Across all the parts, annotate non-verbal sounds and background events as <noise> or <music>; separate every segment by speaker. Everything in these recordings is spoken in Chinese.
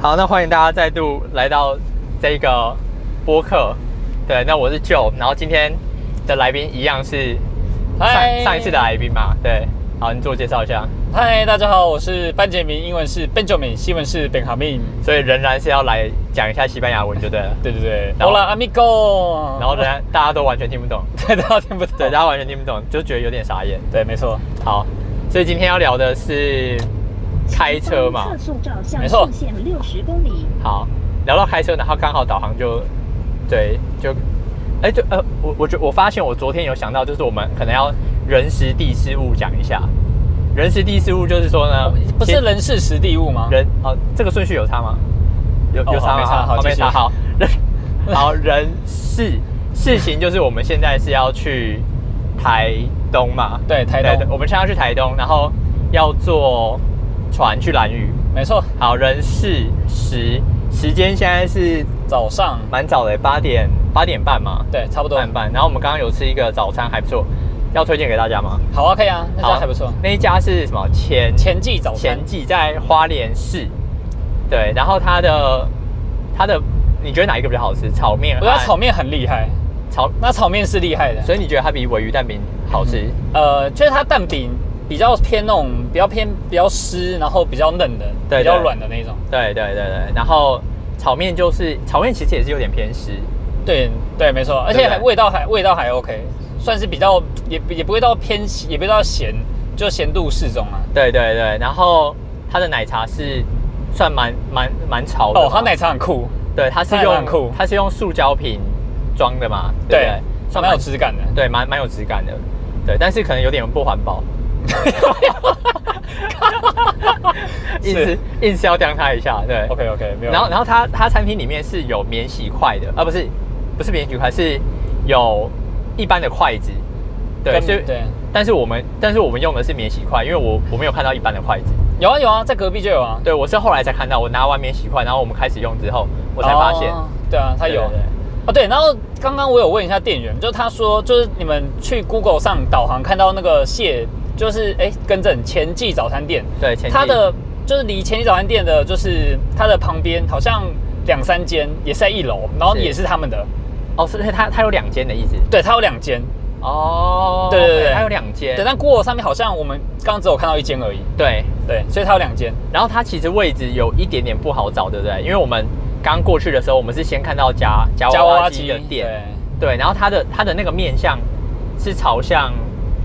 Speaker 1: 好，那欢迎大家再度来到这个播客。对，那我是 Joe，然后今天的来宾一样是上
Speaker 2: 嗨
Speaker 1: 上一次的啊来宾嘛？对，好，你自我介绍一下。
Speaker 2: 嗨，大家好，我是班杰明，英文是 Benjamin，西文是 Benjamin。
Speaker 1: 所以仍然是要来讲一下西班牙文，就对了。
Speaker 2: 对对对
Speaker 1: 然后
Speaker 2: ，Hola amigo。
Speaker 1: 然后人家大家都完全听不懂，
Speaker 2: 对大家听不懂。
Speaker 1: 对，大家完全听不懂，就觉得有点傻眼。
Speaker 2: 对，没错。
Speaker 1: 好，所以今天要聊的是开车嘛
Speaker 3: 测，速照
Speaker 2: 没
Speaker 3: 向
Speaker 2: 错
Speaker 3: 速限六十公里。
Speaker 1: 好，聊到开车，然后刚好导航就，对，就，哎，对，呃，我我觉我发现我昨天有想到，就是我们可能要人时地事物讲一下。人时地事物啊就是说呢，
Speaker 2: 哦不是
Speaker 1: 先
Speaker 2: 人事实地物吗？
Speaker 1: 人哦，这个顺序有差吗？有
Speaker 2: 哦
Speaker 1: 有差
Speaker 2: 好
Speaker 1: 吗？
Speaker 2: 没差好继
Speaker 1: 没
Speaker 2: 续
Speaker 1: 差。好，人好人事事情就是我们现在是要去台东嘛？
Speaker 2: 对台东
Speaker 1: 我们现在要去台东，然后要坐船去兰屿。
Speaker 2: 没错。
Speaker 1: 好人事时时间现在是
Speaker 2: 早上
Speaker 1: 蛮早的，八点八点半嘛，
Speaker 2: 对，差不多
Speaker 1: 八。点半。然后我们刚刚有吃一个早餐，还不错，要推荐给大家吗？
Speaker 2: 好啊，可以啊，那
Speaker 1: 好，
Speaker 2: 家还不错。
Speaker 1: 那一家是什么？前
Speaker 2: 前记早餐
Speaker 1: 前，记在花莲市，对，然后它的它的，你觉得哪一个比较好吃？炒面
Speaker 2: 我
Speaker 1: 和？
Speaker 2: 觉得炒面很厉害，
Speaker 1: 炒，
Speaker 2: 那炒面是厉害的。
Speaker 1: 哎所以你觉得它比尾鱼蛋饼好吃？
Speaker 2: 呃，就是它蛋饼比较偏那种比较偏比较湿，然后比较嫩的，
Speaker 1: 对
Speaker 2: 比较
Speaker 1: 对
Speaker 2: 软的那种。
Speaker 1: 对对对对，然后炒面就是炒面，其实也是有点偏湿，
Speaker 2: 对对，没错，而
Speaker 1: 对
Speaker 2: 且
Speaker 1: 不对
Speaker 2: 还味道还味道还 OK，算是比较也也不会到偏咸，也不会到咸，就咸度适中啊。
Speaker 1: 对对对，然后它的奶茶是算蛮蛮蛮潮的嘛，
Speaker 2: 哦，它奶茶很酷，
Speaker 1: 对它是
Speaker 2: 它奶茶很
Speaker 1: 用
Speaker 2: 酷
Speaker 1: 它是用塑胶瓶装的嘛，对不
Speaker 2: 对
Speaker 1: 对？，
Speaker 2: 蛮有质感的。
Speaker 1: 对，蛮蛮有质感的，对，但是可能有点不环
Speaker 2: <laughs>
Speaker 1: 保，硬是硬是要当它一下，对。
Speaker 2: OK OK，没有。
Speaker 1: 然后然后它它餐厅里面是有免洗筷的，啊不是不是免洗筷，是有一般的筷子，对，
Speaker 2: 跟
Speaker 1: 所以
Speaker 2: 对，
Speaker 1: 但是我们但是我们用的是免洗筷，因为我我没有看到一般的筷子，
Speaker 2: 有啊有啊，在隔壁就有啊。
Speaker 1: 对我是后来才看到，我拿完免洗筷，然后我们开始用之后，我才发现，
Speaker 2: 哦对啊，它
Speaker 1: 对
Speaker 2: 有
Speaker 1: 对对
Speaker 2: 哦，对，然后刚刚我有问一下店员，就是他说，就是你们去 Google 上导航看到那个蟹，就是哎，更正前记早餐店，
Speaker 1: 对，前
Speaker 2: 它
Speaker 1: 进
Speaker 2: 的就是离前记早餐店的，就是它的旁边好像两三间，也是在一楼，然后
Speaker 1: 是
Speaker 2: 也是他们的，
Speaker 1: 哦，是它它有两间的意思，
Speaker 2: 对，它有两间，
Speaker 1: 哦，
Speaker 2: 对对对
Speaker 1: 它有两间，
Speaker 2: 对，但 Google 上面好像我们刚刚只有看到一间而已，
Speaker 1: 对，
Speaker 2: 对，所以它有两间，
Speaker 1: 然后它其实位置有一点点不好找，对不对？因为我们刚过去的时候，我们是先看到夹夹娃娃机的店，对，然后它的它的那个面向是朝向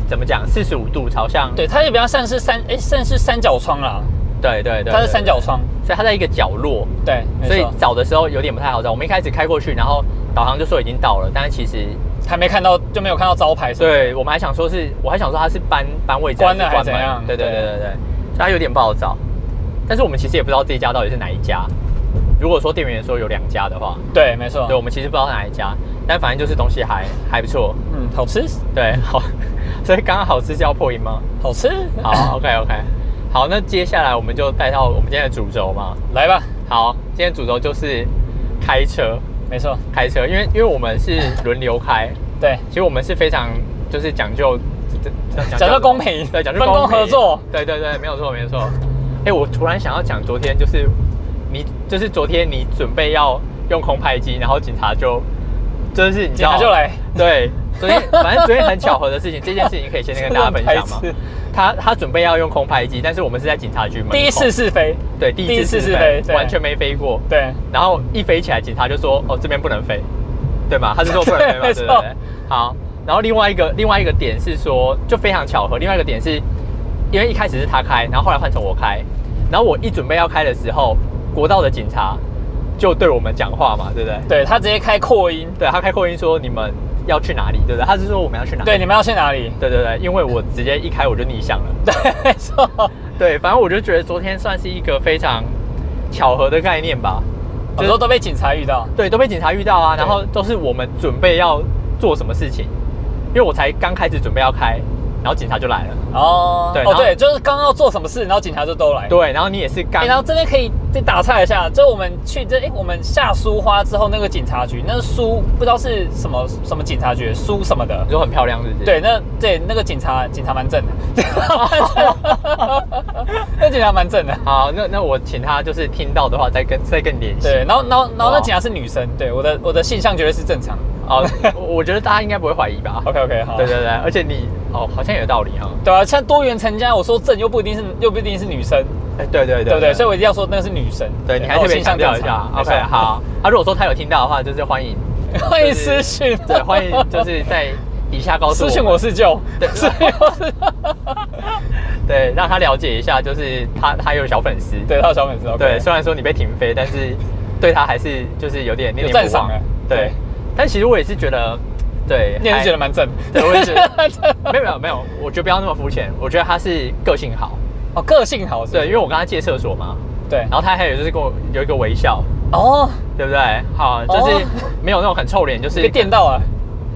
Speaker 1: 怎么讲？四十五度朝向，
Speaker 2: 对，对，它也比较像是三，哎，算是三角窗啦，
Speaker 1: 对对对，
Speaker 2: 它是三角窗，
Speaker 1: 对，所以它在一个角落，
Speaker 2: 对，没
Speaker 1: 所以
Speaker 2: 错，
Speaker 1: 找的时候有点不太好找。我们一开始开过去，然后导航就说已经到了，但是其实
Speaker 2: 还没看到就没有看到招牌什么的，
Speaker 1: 对我们还想说是，我还想说它是搬搬位置
Speaker 2: 关了
Speaker 1: 还是
Speaker 2: 还是怎
Speaker 1: 门
Speaker 2: 样
Speaker 1: 对对对
Speaker 2: 对
Speaker 1: 对对，所以它有点不好找。但是我们其实也不知道这一家到底是哪一家。如果说店员说有两家的话，
Speaker 2: 对，没错
Speaker 1: 对，，我们其实不知道是哪一家，但反正就是东西还还不错，
Speaker 2: 嗯，好吃，
Speaker 1: 对， <laughs> 好，所以刚刚好吃是要破音吗？
Speaker 2: 好吃，
Speaker 1: 好，OK OK，好，那接下来我们就带到我们今天的主轴嘛。
Speaker 2: 来吧，
Speaker 1: 好，今天主轴就是开车，
Speaker 2: 没错，
Speaker 1: 开车，因为因为我们是轮流开，
Speaker 2: 对，
Speaker 1: 其实我们是非常就是讲究
Speaker 2: 讲究公平
Speaker 1: 对，讲究
Speaker 2: 分
Speaker 1: 公
Speaker 2: 工
Speaker 1: 平
Speaker 2: 合作，
Speaker 1: 对对对，没有错没有错。哎，我突然想要讲昨天就是你就是昨天你准备要用空拍机，然后警察就就是你知
Speaker 2: 警
Speaker 1: 道
Speaker 2: 察就来，
Speaker 1: 对，昨天反正昨天很巧合的事
Speaker 2: <laughs>
Speaker 1: 情，这件事情可以先跟大家分享嘛
Speaker 2: 真的很白痴。
Speaker 1: 他他准备要用空拍机，但是我们是在警察局门口
Speaker 2: 第一次试飞，
Speaker 1: 对第一次试飞
Speaker 2: 飞，，对
Speaker 1: 完全没飞过。
Speaker 2: 对，
Speaker 1: 然后一飞起来，警察就说：“哦，这边不能飞，对吗？”他是说不能飞嘛，对
Speaker 2: <laughs> 对
Speaker 1: 不
Speaker 2: 没错
Speaker 1: 对？好，然后另外一个另外一个点是说，就非常巧合，另外一个点是因为一开始是他开，然后后来换成我开，然后我一准备要开的时候，国道的警察就对我们讲话嘛，对不对？
Speaker 2: 对他直接开扩音，
Speaker 1: 对他开扩音说你们要去哪里，对不对？他是说我们要去哪里？
Speaker 2: 对，你们要去哪里？
Speaker 1: 对对对，因为我直接一开我就逆向了。
Speaker 2: <laughs> 对，没错。
Speaker 1: 对，反正我就觉得昨天算是一个非常巧合的概念吧，
Speaker 2: 很多都被警察遇到。
Speaker 1: 对，都被警察遇到啊，
Speaker 2: 对
Speaker 1: 然后都是我们准备要做什么事情，因为我才刚开始准备要开，然后警察就来了。
Speaker 2: 哦，
Speaker 1: 对
Speaker 2: 哦
Speaker 1: 然后
Speaker 2: 对，就是刚刚要做什么事，然后警察就都来。
Speaker 1: 对，然后你也是
Speaker 2: 哎、
Speaker 1: 刚
Speaker 2: 然后这边可以再打岔一下，就我们去这，哎、我们下苏花之后，那个警察局，那苏不知道是什么什么警察局，苏什么的
Speaker 1: 你，说很漂亮，是不是？
Speaker 2: 对，那对那个警察警察蛮正的， <laughs> 那警察蛮正的，
Speaker 1: 好，那那我请他就是听到的话再跟再跟你联系。
Speaker 2: 对，然后然后然后那
Speaker 1: 哇
Speaker 2: 警察是女生，对，我的我的性向绝对是正常
Speaker 1: 哦， <laughs> 我我觉得大家应该不会怀 <laughs> 疑吧？
Speaker 2: ，OK OK 好，
Speaker 1: 对对对，而且你哦，好像有道理哈。
Speaker 2: 对啊，像多元成家，我说正又不一定是又不一定是女生，
Speaker 1: 哎，对对对，
Speaker 2: 对不对？所以我一定要说那个是女生，
Speaker 1: 对你还
Speaker 2: 然后
Speaker 1: 特
Speaker 2: 我
Speaker 1: 别
Speaker 2: 性
Speaker 1: 强
Speaker 2: 向
Speaker 1: 调一
Speaker 2: 正
Speaker 1: 下
Speaker 2: 常没
Speaker 1: ，OK，
Speaker 2: 错
Speaker 1: 好。啊，如果说他有听到的话，就是欢迎， <laughs>
Speaker 2: 欢迎私讯，
Speaker 1: 对，欢迎就是在底下告诉
Speaker 2: 私讯我是舅，
Speaker 1: 对
Speaker 2: <laughs> 私讯我是，
Speaker 1: 对，让他了解一下，就是他他有小粉丝，
Speaker 2: 对，他有小粉丝，OK，
Speaker 1: 对，虽然说你被停飞，但是对他还是就是有点念
Speaker 2: 有
Speaker 1: 念
Speaker 2: 赞
Speaker 1: 不忘
Speaker 2: 赏哎，，
Speaker 1: 对，但其实我也是觉得，对，
Speaker 2: 你也是
Speaker 1: 还
Speaker 2: 觉得蛮正，
Speaker 1: <laughs> 对我也
Speaker 2: <laughs>
Speaker 1: 觉得
Speaker 2: 蛮正
Speaker 1: 没有没有没有，我觉得不要那么肤浅，我觉得他是个性好，
Speaker 2: 哦，个性好是不
Speaker 1: 对，
Speaker 2: 是，
Speaker 1: 因为我跟他借厕所嘛，
Speaker 2: 对，
Speaker 1: 然后他还有就是跟我有一个微笑，
Speaker 2: 哦，
Speaker 1: 对不对？好，就是没有那种很臭脸，就是
Speaker 2: 被电到啊，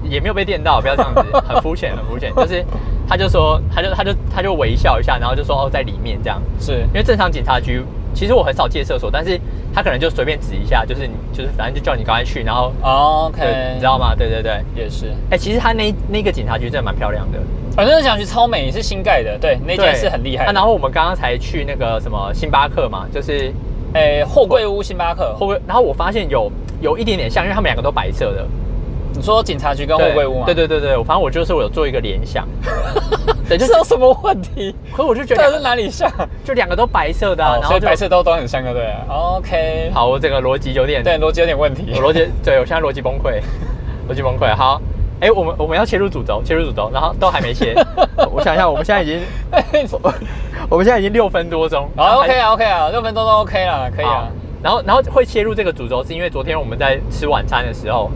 Speaker 1: 也没有被电到，不要
Speaker 2: <laughs>
Speaker 1: 这样子，很肤浅，很肤浅。就是他就说，他就他就他就微笑一下，然后就说哦，在里面这样。
Speaker 2: 是
Speaker 1: 因为正常警察局，其实我很少借厕所，但是他可能就随便指一下，就是你就是反正就叫你赶快去，然后
Speaker 2: 哦，OK，
Speaker 1: 对，你知道吗？对对对。
Speaker 2: 也是，
Speaker 1: 哎、其实他那那个警察局真的蛮漂亮的，
Speaker 2: 反正想去超美是新盖的，对，那间
Speaker 1: 对
Speaker 2: 是很厉害
Speaker 1: 啊
Speaker 2: 的。
Speaker 1: 然后我们刚刚才去那个什么星巴克嘛，就是
Speaker 2: 诶，哎货柜屋星巴克
Speaker 1: 后，面，然后我发现有有一点点像，因为他们两个都白色的。
Speaker 2: 你说警察局跟货
Speaker 1: 对
Speaker 2: 柜屋吗？
Speaker 1: 对，对对对，我反正我就是我有做一个联想，对，就
Speaker 2: 这
Speaker 1: 是，
Speaker 2: 有什么问题？
Speaker 1: 可我就觉
Speaker 2: 到
Speaker 1: 得两
Speaker 2: 底是
Speaker 1: 个
Speaker 2: 哪里像？
Speaker 1: 就两个都白色的、啊，
Speaker 2: 哦
Speaker 1: 然
Speaker 2: 所
Speaker 1: 后
Speaker 2: 以
Speaker 1: 就
Speaker 2: 白色都都很像，对不对了？OK，，
Speaker 1: 好，我整个逻辑有点，
Speaker 2: 对，逻辑有点问题
Speaker 1: 我。逻辑，对我现在逻辑崩溃，逻辑崩溃。好，哎、我们我们要切入主轴，切入主轴，然后都还没切，我想一下，我们现在已经，我们现在已经六分多钟，然
Speaker 2: <laughs> 好
Speaker 1: 后还
Speaker 2: ，OK 啊，OK 啊，六分钟都 OK 啦，可以
Speaker 1: 好
Speaker 2: 啊。
Speaker 1: 然后然后会切入这个主轴，是因为昨天我们在吃晚餐的时候，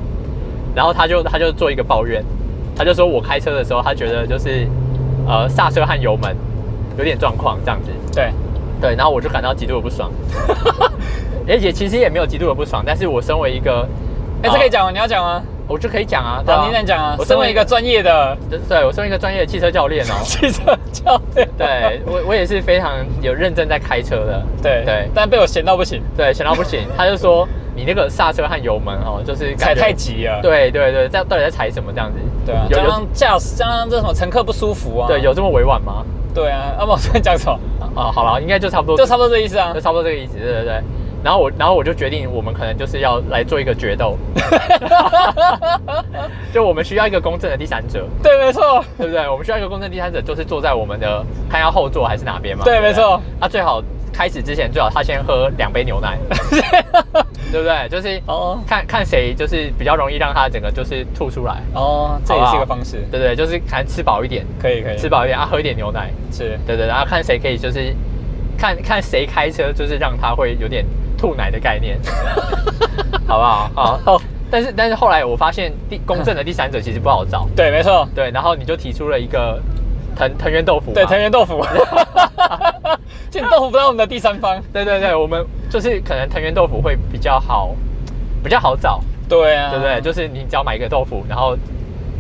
Speaker 1: 然后他就他就做一个抱怨，他就说我开车的时候，他觉得就是呃刹车和油门有点状况这样子，
Speaker 2: 对，哎
Speaker 1: 对，然后我就感到极度的不爽， <laughs> 而且其实也没有极度的不爽，但是我身为一个，
Speaker 2: 哎，这可以讲吗？你要讲吗？
Speaker 1: 我就可以讲啊，对啊
Speaker 2: 好，你再讲啊。
Speaker 1: 我
Speaker 2: 身为一个专
Speaker 1: <laughs>
Speaker 2: 业的，
Speaker 1: 对我身为一个专业的汽车教练哦
Speaker 2: <laughs> 汽车教练，
Speaker 1: 对我我也是非常有认真在开车的，
Speaker 2: 对
Speaker 1: 对
Speaker 2: 但被我闲到不行，
Speaker 1: 对，想到不行，他就说你那个刹车和油门哦，就是感
Speaker 2: 踩
Speaker 1: 觉
Speaker 2: 太急了。
Speaker 1: 对对对，在到底在踩什么这样子？
Speaker 2: 对啊，
Speaker 1: 有
Speaker 2: 加
Speaker 1: 有
Speaker 2: 上驾驶，加上这什么乘客不舒服啊。
Speaker 1: 对有这么委婉吗？
Speaker 2: 对啊，要不然我在讲什么？
Speaker 1: 啊，好了，应该就差不多，
Speaker 2: 就差不多这意思啊
Speaker 1: 就。差不多这个意思，对对对。然后我，然后我就决定，我们可能就是要来做一个决
Speaker 2: <laughs>
Speaker 1: 斗，就我们需要一个公正的第三者，
Speaker 2: 对，没错，
Speaker 1: <laughs> 对不对？我们需要一个公正第三者，就是坐在我们的看要后座还是哪边嘛？
Speaker 2: 对
Speaker 1: 不
Speaker 2: 没错。
Speaker 1: 啊，最好开始之前最好他先喝两杯牛
Speaker 2: <laughs>
Speaker 1: 奶，对不对？就是
Speaker 2: 哦
Speaker 1: 看看谁就是比较容易让他整个就是吐出来，
Speaker 2: 哦，这也是一个方式，
Speaker 1: 对不对？就是可能吃饱一点，
Speaker 2: 可以可以，
Speaker 1: 吃饱一点啊，喝一点牛奶，
Speaker 2: 是
Speaker 1: 对对，然后看谁可以就是看看谁开车，就是让他会有点吐奶的概
Speaker 2: <laughs>
Speaker 1: 念，好不好？好。
Speaker 2: 好，
Speaker 1: 但是但是后来我发现第公正的第三者其实不好找，
Speaker 2: 对，没错，
Speaker 1: 对，然后你就提出了一个藤藤原豆腐嘛，
Speaker 2: 对，藤原
Speaker 1: <laughs>
Speaker 2: 豆腐，现在豆腐不到我们的第三方，
Speaker 1: 对对对，我们就是可能藤原豆腐会比较好，比较好找，
Speaker 2: 对啊，
Speaker 1: 对不对？就是你只要买一个豆腐，然后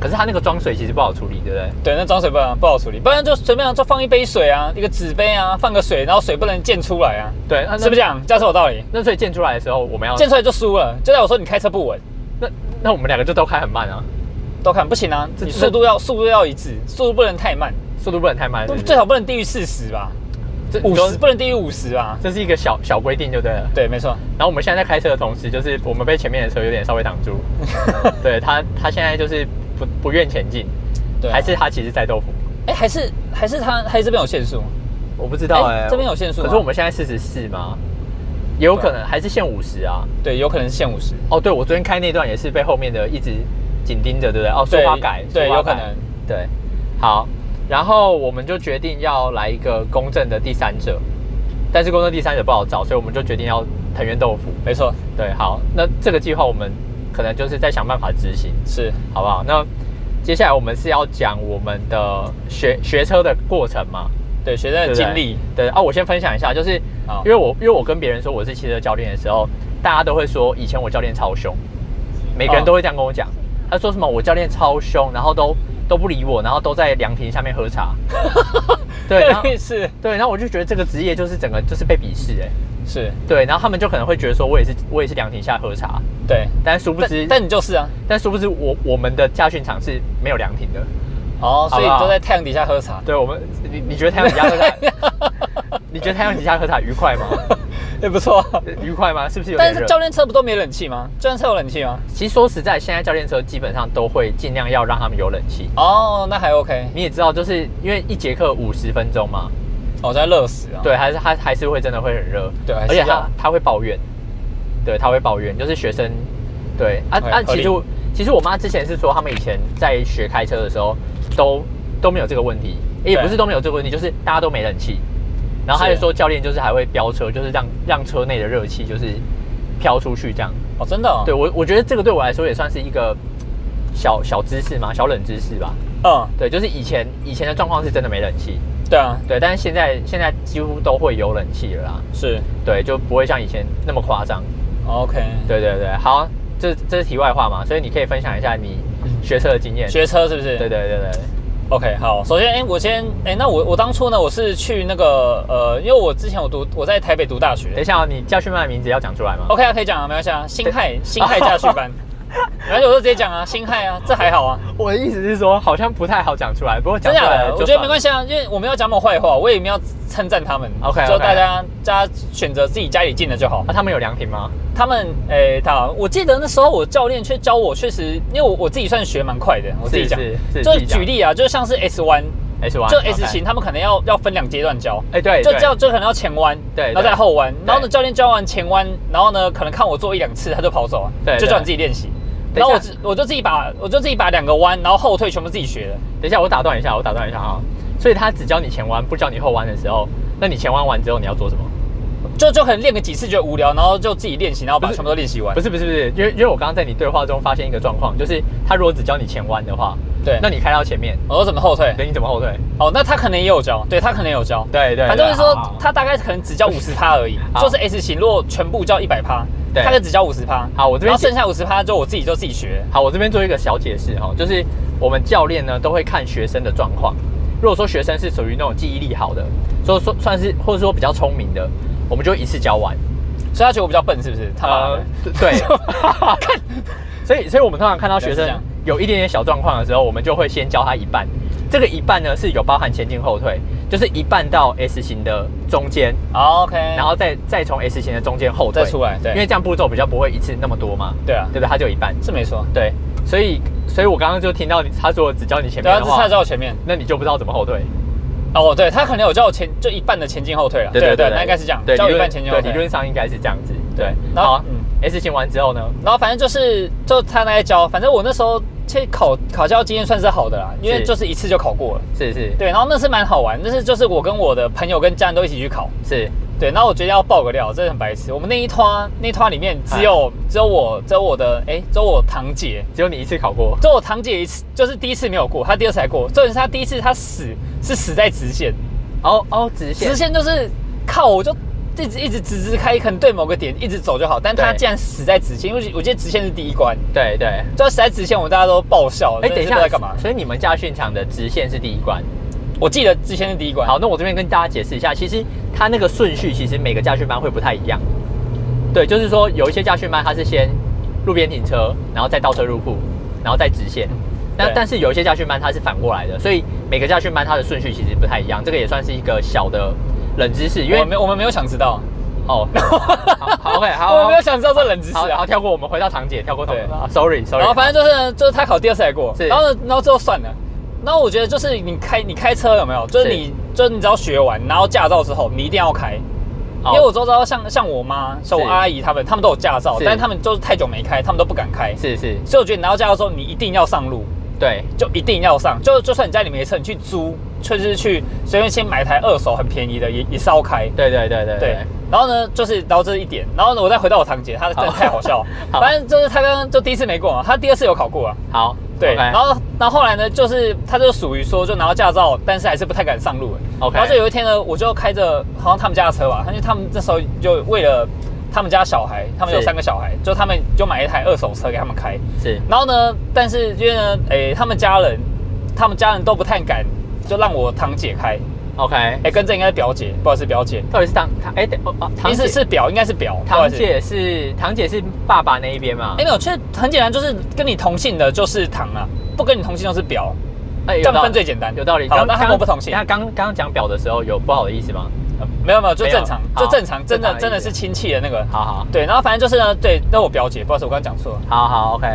Speaker 1: 可是它那个装水其实不好处理，对不对？
Speaker 2: 对，那装水不好不好处理，不然就随便就放一杯水啊，一个纸杯啊，放个水，然后水不能溅出来啊，
Speaker 1: 对，那那
Speaker 2: 是不是这样？这样是有道理，
Speaker 1: 那所以建出来的时候，我们要
Speaker 2: 溅出来就输了，就在我说你开车不稳，
Speaker 1: 那那我们两个就都开很慢啊，
Speaker 2: 都看不行啊，
Speaker 1: 这
Speaker 2: 你
Speaker 1: 这
Speaker 2: 速度要速度要一致，速度不能太慢，
Speaker 1: 速度不能太慢，是不是
Speaker 2: 最好不能低于四十吧，
Speaker 1: 这
Speaker 2: 五
Speaker 1: 你
Speaker 2: 十
Speaker 1: 说
Speaker 2: 不能低于五十吧，
Speaker 1: 这是一个小小规定就对了。
Speaker 2: 对，没错，
Speaker 1: 然后我们现在在开车的同时，就是我们被前面的车有点稍微挡
Speaker 2: <laughs>
Speaker 1: 住，对他他现在就是不不愿前进，
Speaker 2: 对啊
Speaker 1: 还是他其实在豆腐，
Speaker 2: 哎，还是还是他还是这边有限速。
Speaker 1: 我不知道
Speaker 2: 哎
Speaker 1: 哎、
Speaker 2: 这边有限速吗
Speaker 1: 可是我们现在四十四吗？也有可能还是限五十啊。
Speaker 2: 对，有可能是限五十。
Speaker 1: 哦，对，我昨天开那段也是被后面的一直紧盯着，对不对？哦，说
Speaker 2: 对
Speaker 1: 话改，
Speaker 2: 对
Speaker 1: 说话
Speaker 2: 有可
Speaker 1: 改
Speaker 2: 能
Speaker 1: 对。好，然后我们就决定要来一个公正的第三者，但是公正第三者不好找，所以我们就决定要藤原豆腐。
Speaker 2: 没错，
Speaker 1: 对，好，那这个计划我们可能就是在想办法执行，
Speaker 2: 是
Speaker 1: 好不好？那接下来我们是要讲我们的学学车的过程嘛？
Speaker 2: 对学生
Speaker 1: 对不
Speaker 2: 的经
Speaker 1: 对
Speaker 2: 历。
Speaker 1: 对啊，我先分享一下，就是
Speaker 2: 好
Speaker 1: 因为我因为我跟别人说我是汽车教练的时候，大家都会说以前我教练超凶，每个人
Speaker 2: 哦
Speaker 1: 都会这样跟我讲。他说什么我教练超凶，然后都都不理我，然后都在凉亭下面喝
Speaker 2: <laughs>
Speaker 1: 茶。对，然后
Speaker 2: 是
Speaker 1: 对，然后我就觉得这个职业就是整个就是被鄙视哎、
Speaker 2: 是，
Speaker 1: 对，然后他们就可能会觉得说我也是我也是凉亭下喝茶，
Speaker 2: 对，
Speaker 1: 但殊不
Speaker 2: 但
Speaker 1: 知，
Speaker 2: 但你就是啊，
Speaker 1: 但殊不知我我们的驾训场是没有凉亭的。
Speaker 2: 哦，所以
Speaker 1: 好不好
Speaker 2: 都在太阳底下喝茶，
Speaker 1: 对我们，你你觉得太阳底下喝茶，
Speaker 2: <laughs>
Speaker 1: 你觉得太阳底下喝茶愉快吗？
Speaker 2: 也不错。啊
Speaker 1: 呃愉快吗？是不是有点
Speaker 2: 但
Speaker 1: 热
Speaker 2: 是？教练车不都没冷气吗？教练车有冷气吗？
Speaker 1: 其实说实在，现在教练车基本上都会尽量要让他们有冷气。
Speaker 2: 哦，那还 OK。
Speaker 1: 你也知道，就是因为一节课五十分钟嘛，
Speaker 2: 哦，在热死啊。，
Speaker 1: 对，还是他还是会真的会很热，
Speaker 2: 对还
Speaker 1: 而
Speaker 2: 是
Speaker 1: 且
Speaker 2: 要
Speaker 1: 他他会抱怨，对，他会抱怨，就是学生，对，啊
Speaker 2: 哎
Speaker 1: 啊，
Speaker 2: 合
Speaker 1: 其
Speaker 2: 理
Speaker 1: 实我其实我妈之前是说，他们以前在学开车的时候都都没有这个问题，也
Speaker 2: 对
Speaker 1: 不是都没有这个问题，就是大家都没冷气，然后她就是说教练就是还会飙车，就是让让车内的热气就是飘出去这样，
Speaker 2: 哦，真的、哦。
Speaker 1: 对，我我觉得这个对我来说也算是一个小小知识嘛，小冷知识吧，
Speaker 2: 嗯，
Speaker 1: 对，就是以前以前的状况是真的没冷气，
Speaker 2: 对啊，
Speaker 1: 对，但是现在现在几乎都会有冷气了啦，
Speaker 2: 是哦
Speaker 1: 对，就不会像以前那么夸张。
Speaker 2: OK。
Speaker 1: 对对对，好，这这是题外话嘛，所以你可以分享一下 <laughs> 你学车的经验。
Speaker 2: 学车是不是？
Speaker 1: 对对对对，
Speaker 2: OK，好，首先，哎、我先，哎、那我我当初呢，我是去那个，呃，因为我之前我读我在台北读大
Speaker 1: 等一
Speaker 2: 学
Speaker 1: 下、哦，你教训班的名字要讲出来吗？
Speaker 2: ，OK 啊，可以讲啊，没关系啊，新亥新亥驾训
Speaker 1: <laughs>
Speaker 2: 班，没关系，我就直接讲啊，新亥啊，这还好啊，
Speaker 1: 我的意思是说，好像不太好讲出来，不过
Speaker 2: 真
Speaker 1: 讲出
Speaker 2: 假
Speaker 1: 来
Speaker 2: 的，
Speaker 1: 了
Speaker 2: 我
Speaker 1: 就
Speaker 2: 觉得没关
Speaker 1: 系。
Speaker 2: 系啊，因为我们要讲我坏话，我也没有称赞他们
Speaker 1: OK，OK
Speaker 2: 就大家大家选择自己家里近的就好。
Speaker 1: 啊，他们有凉亭吗？
Speaker 2: 他们，诶、他好，我记得那时候我教练却教我，确实，因为我我自己算学蛮快的，我自己讲
Speaker 1: 是是，
Speaker 2: 就
Speaker 1: 自
Speaker 2: 是
Speaker 1: 己讲
Speaker 2: 举例啊，就像是 S 弯，
Speaker 1: S 弯
Speaker 2: 就 S 型，。他们可能要要分两阶段教。
Speaker 1: 哎、对，
Speaker 2: 就
Speaker 1: 对
Speaker 2: 教就可能要前弯，
Speaker 1: 对
Speaker 2: 然后再后弯，然后呢，
Speaker 1: 对
Speaker 2: 教练教完前弯，然后呢，可能看我做一两次，他就跑走了，
Speaker 1: 对
Speaker 2: 就
Speaker 1: 对
Speaker 2: 叫你自己练习。
Speaker 1: 等
Speaker 2: 然
Speaker 1: 一下
Speaker 2: 后我自我就自己把我就自己把两个弯，然后后退全部自己学了。
Speaker 1: 等一下，我打断一下，我打断一下啊。所以他只教你前弯，不教你后弯的时候，那你前弯完之后你要做什么？
Speaker 2: 就就可能练个几次觉得无聊，然后就自己练习，然后把
Speaker 1: 不是
Speaker 2: 全部都练习完
Speaker 1: 不。是不是不是，因为因为我刚刚在你对话中发现一个状况，就是他如果只教你前弯的话，
Speaker 2: 对，
Speaker 1: 那你开到前面，
Speaker 2: 我说怎么后退？
Speaker 1: 对，你怎么后退？
Speaker 2: 哦，那他可能也有教，对他可能也有教。
Speaker 1: 对对，
Speaker 2: 反正就是
Speaker 1: 对
Speaker 2: 说
Speaker 1: 好好好，
Speaker 2: 他大概可能只教五十趴而已，
Speaker 1: <laughs> 好
Speaker 2: 就是 S 型，如果全部教一百趴，
Speaker 1: 对
Speaker 2: 大概只教五十趴。
Speaker 1: 好我这边
Speaker 2: 然后剩下五十趴就我自己就自己学。
Speaker 1: 好，我这边做一个小解释哈、就是我们教练呢都会看学生的状况。如果说学生是属于那种记忆力好的，说说算是或者说比较聪明的，我们就一次教完。
Speaker 2: 所以他觉得我比较笨，是不是？他妈的，
Speaker 1: 呃对
Speaker 2: <laughs>
Speaker 1: 对，所以所以我们通常看到学
Speaker 2: 原来是
Speaker 1: 生
Speaker 2: 这样
Speaker 1: 有一点点小状况的时候，我们就会先教他一半。这个一半呢是有包含前进后退，就是一半到 S 型的中间，
Speaker 2: 好 OK。
Speaker 1: 然后再再从 S 型的中间后退
Speaker 2: 再出来对
Speaker 1: 因为这样步骤比较不会一次那么多嘛，
Speaker 2: 对啊
Speaker 1: 对，不对？它就有一半。
Speaker 2: 是没错。
Speaker 1: 对，所以所以我刚刚就听到你他说只教你前
Speaker 2: 对
Speaker 1: 面
Speaker 2: 啊，
Speaker 1: 的
Speaker 2: 这是他
Speaker 1: 话，
Speaker 2: 在我前面。
Speaker 1: 那你就不知道怎么后退。
Speaker 2: 哦，对，他可能有叫我前就一半的前进后退了。那应该是这样，
Speaker 1: 对，
Speaker 2: 叫我
Speaker 1: 理
Speaker 2: 一
Speaker 1: 论
Speaker 2: 半前进后
Speaker 1: 对，理
Speaker 2: 退
Speaker 1: 论。上应该是这样子。对，
Speaker 2: 然后
Speaker 1: 好
Speaker 2: 嗯
Speaker 1: ，S 型完之后呢，
Speaker 2: 然后反正就是就他那在教，反正我那时候其实考考教经验算是好的啦，因为
Speaker 1: 是
Speaker 2: 就是一次就考过了。
Speaker 1: 是是
Speaker 2: 对，然后那是蛮好玩，那是就是我跟我的朋友跟家人都一起去考。
Speaker 1: 是，
Speaker 2: 对，然后我决定要爆个料，真的很白痴。我们那一团那一团里面只有只有我只有我的哎，只有我堂姐，
Speaker 1: 只有你一次考过，
Speaker 2: 只有我堂姐一次就是第一次没有过，她第二次才过。重点是她第一次她死是死在直线，
Speaker 1: 哦哦，直线
Speaker 2: 直，线就是靠我就一直一直直直开，可能对某个点一直走就好，但她
Speaker 1: 对
Speaker 2: 竟然死在直线，因为我记得直线是第一关，
Speaker 1: 对对。
Speaker 2: 就要死在直线，我们大家都爆笑。
Speaker 1: 哎，
Speaker 2: 真的
Speaker 1: 等一
Speaker 2: 哦是不知道
Speaker 1: 下，
Speaker 2: 在干嘛？
Speaker 1: 所以你们家训场的直线是第一关。
Speaker 2: 我记得直线是第一关。
Speaker 1: 好，那我这边跟大家解释一下，其实它那个顺序，其实每个家训班会不太一样。对，就是说有一些家训班它是先路边停车，然后再倒车入库，然后再直线。那
Speaker 2: 对
Speaker 1: 但是有一些家训班它是反过来的，所以每个家训班它的顺序其实不太一样。这个也算是一个小的冷知识，因
Speaker 2: 我
Speaker 1: 为
Speaker 2: 们没有我们没有想知道， <laughs>
Speaker 1: 哦，好好，OK，好，
Speaker 2: 我们没有想知道这冷知识
Speaker 1: 好，
Speaker 2: 啊
Speaker 1: 好，。跳过我们回到堂姐，跳过堂啊
Speaker 2: 对
Speaker 1: ，sorry，sorry，
Speaker 2: 然后反正就是呢就是他考第二次才过，
Speaker 1: 是
Speaker 2: 然后呢然后最后算了。然后我觉得就是你开你开车有没有？就是
Speaker 1: 是
Speaker 2: 你就是你只要学完拿到驾照之后，你一定要开。因为我周遭像像我妈、像我
Speaker 1: 是
Speaker 2: 阿姨他们，他们都有驾照，
Speaker 1: 是
Speaker 2: 但是他们就是太久没开，他们都不敢开。
Speaker 1: 是是，
Speaker 2: 所以我觉得你拿到驾照之后，你一定要上路，
Speaker 1: 对，
Speaker 2: 就一定要上。就就算你家里没车，你去租，甚至去随便先买台二手很便宜的，也也是要开。
Speaker 1: 对对对对
Speaker 2: 对，然后呢，就是然后这是一点，然后呢，我再回到我堂姐，她真的太好笑了。
Speaker 1: <laughs> 好
Speaker 2: 反正就是她刚刚就第一次没过嘛，她第二次有考过啊。
Speaker 1: 好，
Speaker 2: 对
Speaker 1: OK
Speaker 2: 然后然后后来呢，就是他就属于说就拿到驾照，但是还是不太敢上路了。
Speaker 1: OK
Speaker 2: 然后就有一天呢，我就开着好像他们家的车吧，因为他们那时候就为了他们家小孩，他们有
Speaker 1: 是
Speaker 2: 三个小孩，就他们就买一台二手车给他们开。
Speaker 1: 是
Speaker 2: 然后呢，但是因为呢，诶，他们家人他们家人都不太敢，就让我堂姐开。
Speaker 1: OK，
Speaker 2: 哎，跟这应该是表姐，不好意思，表姐，
Speaker 1: 到底是堂堂哎，等哦哦，堂
Speaker 2: 其
Speaker 1: 姐
Speaker 2: 实是表，应该是表，不好
Speaker 1: 堂
Speaker 2: 意思。
Speaker 1: 姐是堂姐是爸爸那一边嘛
Speaker 2: 哎，？没有，其实很简单，就是跟你同姓的就是堂啊，不跟你同姓就是表，
Speaker 1: 哎，有
Speaker 2: 这样
Speaker 1: 道
Speaker 2: 分
Speaker 1: 理
Speaker 2: 最简单。
Speaker 1: 有道理。
Speaker 2: 好，
Speaker 1: 刚
Speaker 2: 那他们不同姓
Speaker 1: 那，刚刚刚讲表的时候有不好的意思吗？
Speaker 2: 没有没有，就
Speaker 1: 没有
Speaker 2: 正常，
Speaker 1: 好
Speaker 2: 就正常，真
Speaker 1: 正常
Speaker 2: 的
Speaker 1: 的
Speaker 2: 真的
Speaker 1: 意思
Speaker 2: 是亲戚的那个。
Speaker 1: 好好
Speaker 2: 对，然后反正就是呢，对，那我表姐，不好意思，我刚刚讲错了。
Speaker 1: 好好，OK。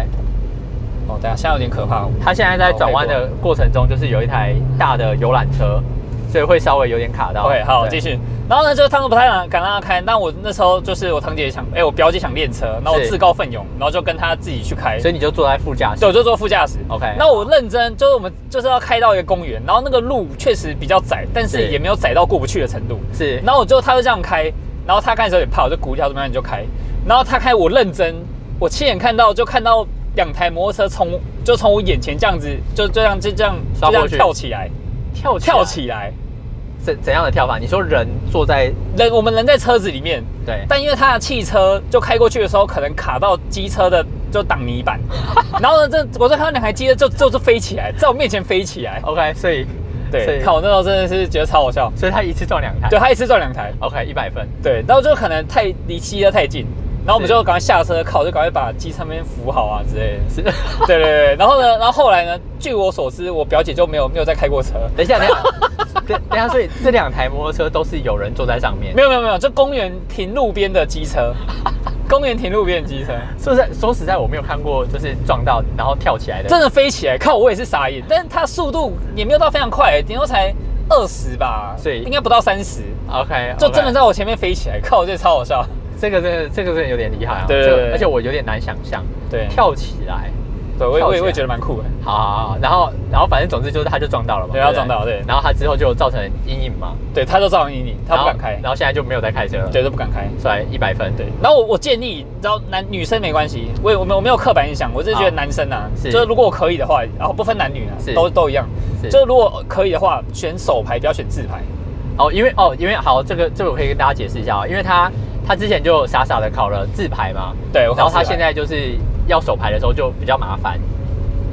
Speaker 2: 哦，等一下，现在有点可怕。
Speaker 1: 他现在在转弯的过程中，就是有一台大的游览车，所以会稍微有点卡到。
Speaker 2: OK，好，
Speaker 1: 对
Speaker 2: 继。续。然后呢，就是他们不太敢敢让他开，但我那时候就是我堂姐想，哎、我表姐想练车，然后我
Speaker 1: 是
Speaker 2: 自告奋勇，然后就跟她自己去开，
Speaker 1: 所以你就坐在副驾驶
Speaker 2: 对，我。就坐副驾驶。
Speaker 1: OK
Speaker 2: 那我认真，就是我们就是要开到一个公园，然后那个路确实比较窄，但是
Speaker 1: 是
Speaker 2: 也没有窄到过不去的程度。
Speaker 1: 是
Speaker 2: 然后我就他就这样开，然后他开始有点怕，我就鼓励他说：“那你就开。”然后他开，我认真，我亲眼看到，就看到两台摩托车从就从我眼前这样子，就就这样就这样
Speaker 1: 刷
Speaker 2: 就
Speaker 1: 过
Speaker 2: 这样
Speaker 1: 去啊
Speaker 2: 跳起来，
Speaker 1: 跳
Speaker 2: 跳起来。
Speaker 1: 怎怎样的跳法？你说人坐在
Speaker 2: 人我们人在车子里面，
Speaker 1: 对
Speaker 2: 但因为他的汽车就开过去的时候，可能卡到机车的就挡
Speaker 1: <laughs>
Speaker 2: 泥板，然后呢，这我就看到两台机车就就是飞起来，在我面前飞起来。
Speaker 1: ，OK，所以所
Speaker 2: 对，
Speaker 1: 以
Speaker 2: 看我那时候真的是觉得超好笑。
Speaker 1: 所以他一次撞两台。
Speaker 2: 对他一次撞两台，
Speaker 1: ，OK，一百分。 <laughs>
Speaker 2: 对，然后就可能太离机车太近，然后我们
Speaker 1: 是
Speaker 2: 就赶快下车，靠，就赶快把机车那边扶好啊之类的。
Speaker 1: <laughs> 是。
Speaker 2: 对对对，然后呢，然后后来呢，据我所知，我表姐就没有没有再开过车。
Speaker 1: 等一下，等
Speaker 2: <laughs>
Speaker 1: 一下，等等一下，所以这两台摩托车都是有人坐在上面
Speaker 2: 没。有没有没有，就公园停路边的
Speaker 1: <laughs>
Speaker 2: 机车，公园停路边的机车。
Speaker 1: 说实在，说实在，我没有看过就是撞到然后跳起来的。
Speaker 2: 真的飞起来，看我也是傻眼，但是它速度也没有到非常快，顶多才二十吧，
Speaker 1: 所以
Speaker 2: 应该不到三十，
Speaker 1: OK，
Speaker 2: 就真的在我前面飞起来，看我这超好笑。
Speaker 1: 这个真的这个真的有点厉害啊。
Speaker 2: 对对
Speaker 1: 这个
Speaker 2: 对
Speaker 1: 而且我有点难想象
Speaker 2: 对，
Speaker 1: 跳起来。
Speaker 2: 对我也
Speaker 1: 跳
Speaker 2: 我
Speaker 1: 起
Speaker 2: 也
Speaker 1: 来
Speaker 2: 我也觉得蛮酷的。
Speaker 1: 好好好，然后然后反正总之就是他就撞到了嘛，
Speaker 2: 对
Speaker 1: 不
Speaker 2: 他撞到对
Speaker 1: 然后他之后就造成阴影嘛，
Speaker 2: 对，他都照样阴影，他不敢开
Speaker 1: 然后，然后现在就没有再开车了，
Speaker 2: 对，都不敢开。
Speaker 1: 所以一百分，
Speaker 2: 对，然后我我建议，然后男女生没关系，我也我没有我没有刻板印象，我是觉
Speaker 1: 好
Speaker 2: 得男生啊，
Speaker 1: 是
Speaker 2: 就是如果我可以的话，然后不分男女啊
Speaker 1: 是，
Speaker 2: 都都一样，
Speaker 1: 是
Speaker 2: 就是如果可以的话，选手牌不要选字牌，
Speaker 1: 哦，因为哦，因为好，这个这个我可以跟大家解释一下啊、因为他他之前就傻傻的考了自排嘛，
Speaker 2: 对，我
Speaker 1: 然
Speaker 2: 考
Speaker 1: 后
Speaker 2: 试牌
Speaker 1: 他现在就是要手排的时候就比较麻烦，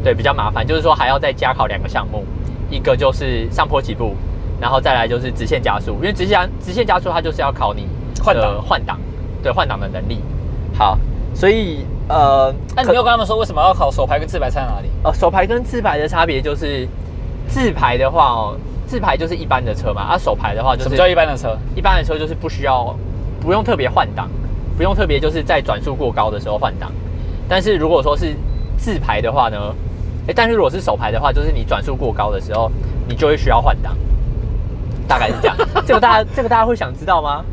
Speaker 1: 对，比较麻烦，就是说还要再加考两个项目，一个就是上坡起步，然后再来就是直线加速，因为直线直线加速它就是要考你
Speaker 2: 换
Speaker 1: 的
Speaker 2: 挡
Speaker 1: 换挡，对，换挡的能力。好，所以呃，
Speaker 2: 那你没有跟他们说为什么要考手牌跟字牌差在哪里？
Speaker 1: 呃，手牌跟自排的差别就是，自排的话哦，自排就是一般的车嘛，啊，手排的话就
Speaker 2: 什么叫
Speaker 1: 是
Speaker 2: 一般的车？
Speaker 1: 一般的车就是不需要，不用特别换挡，不用特别就是在转速过高的时候换挡。但是如果说是自排的话呢，诶，但是如果是手排的话，就是你转速过高的时候，你就会需要换挡，大概是这样。这个大家这个大家会想知道吗？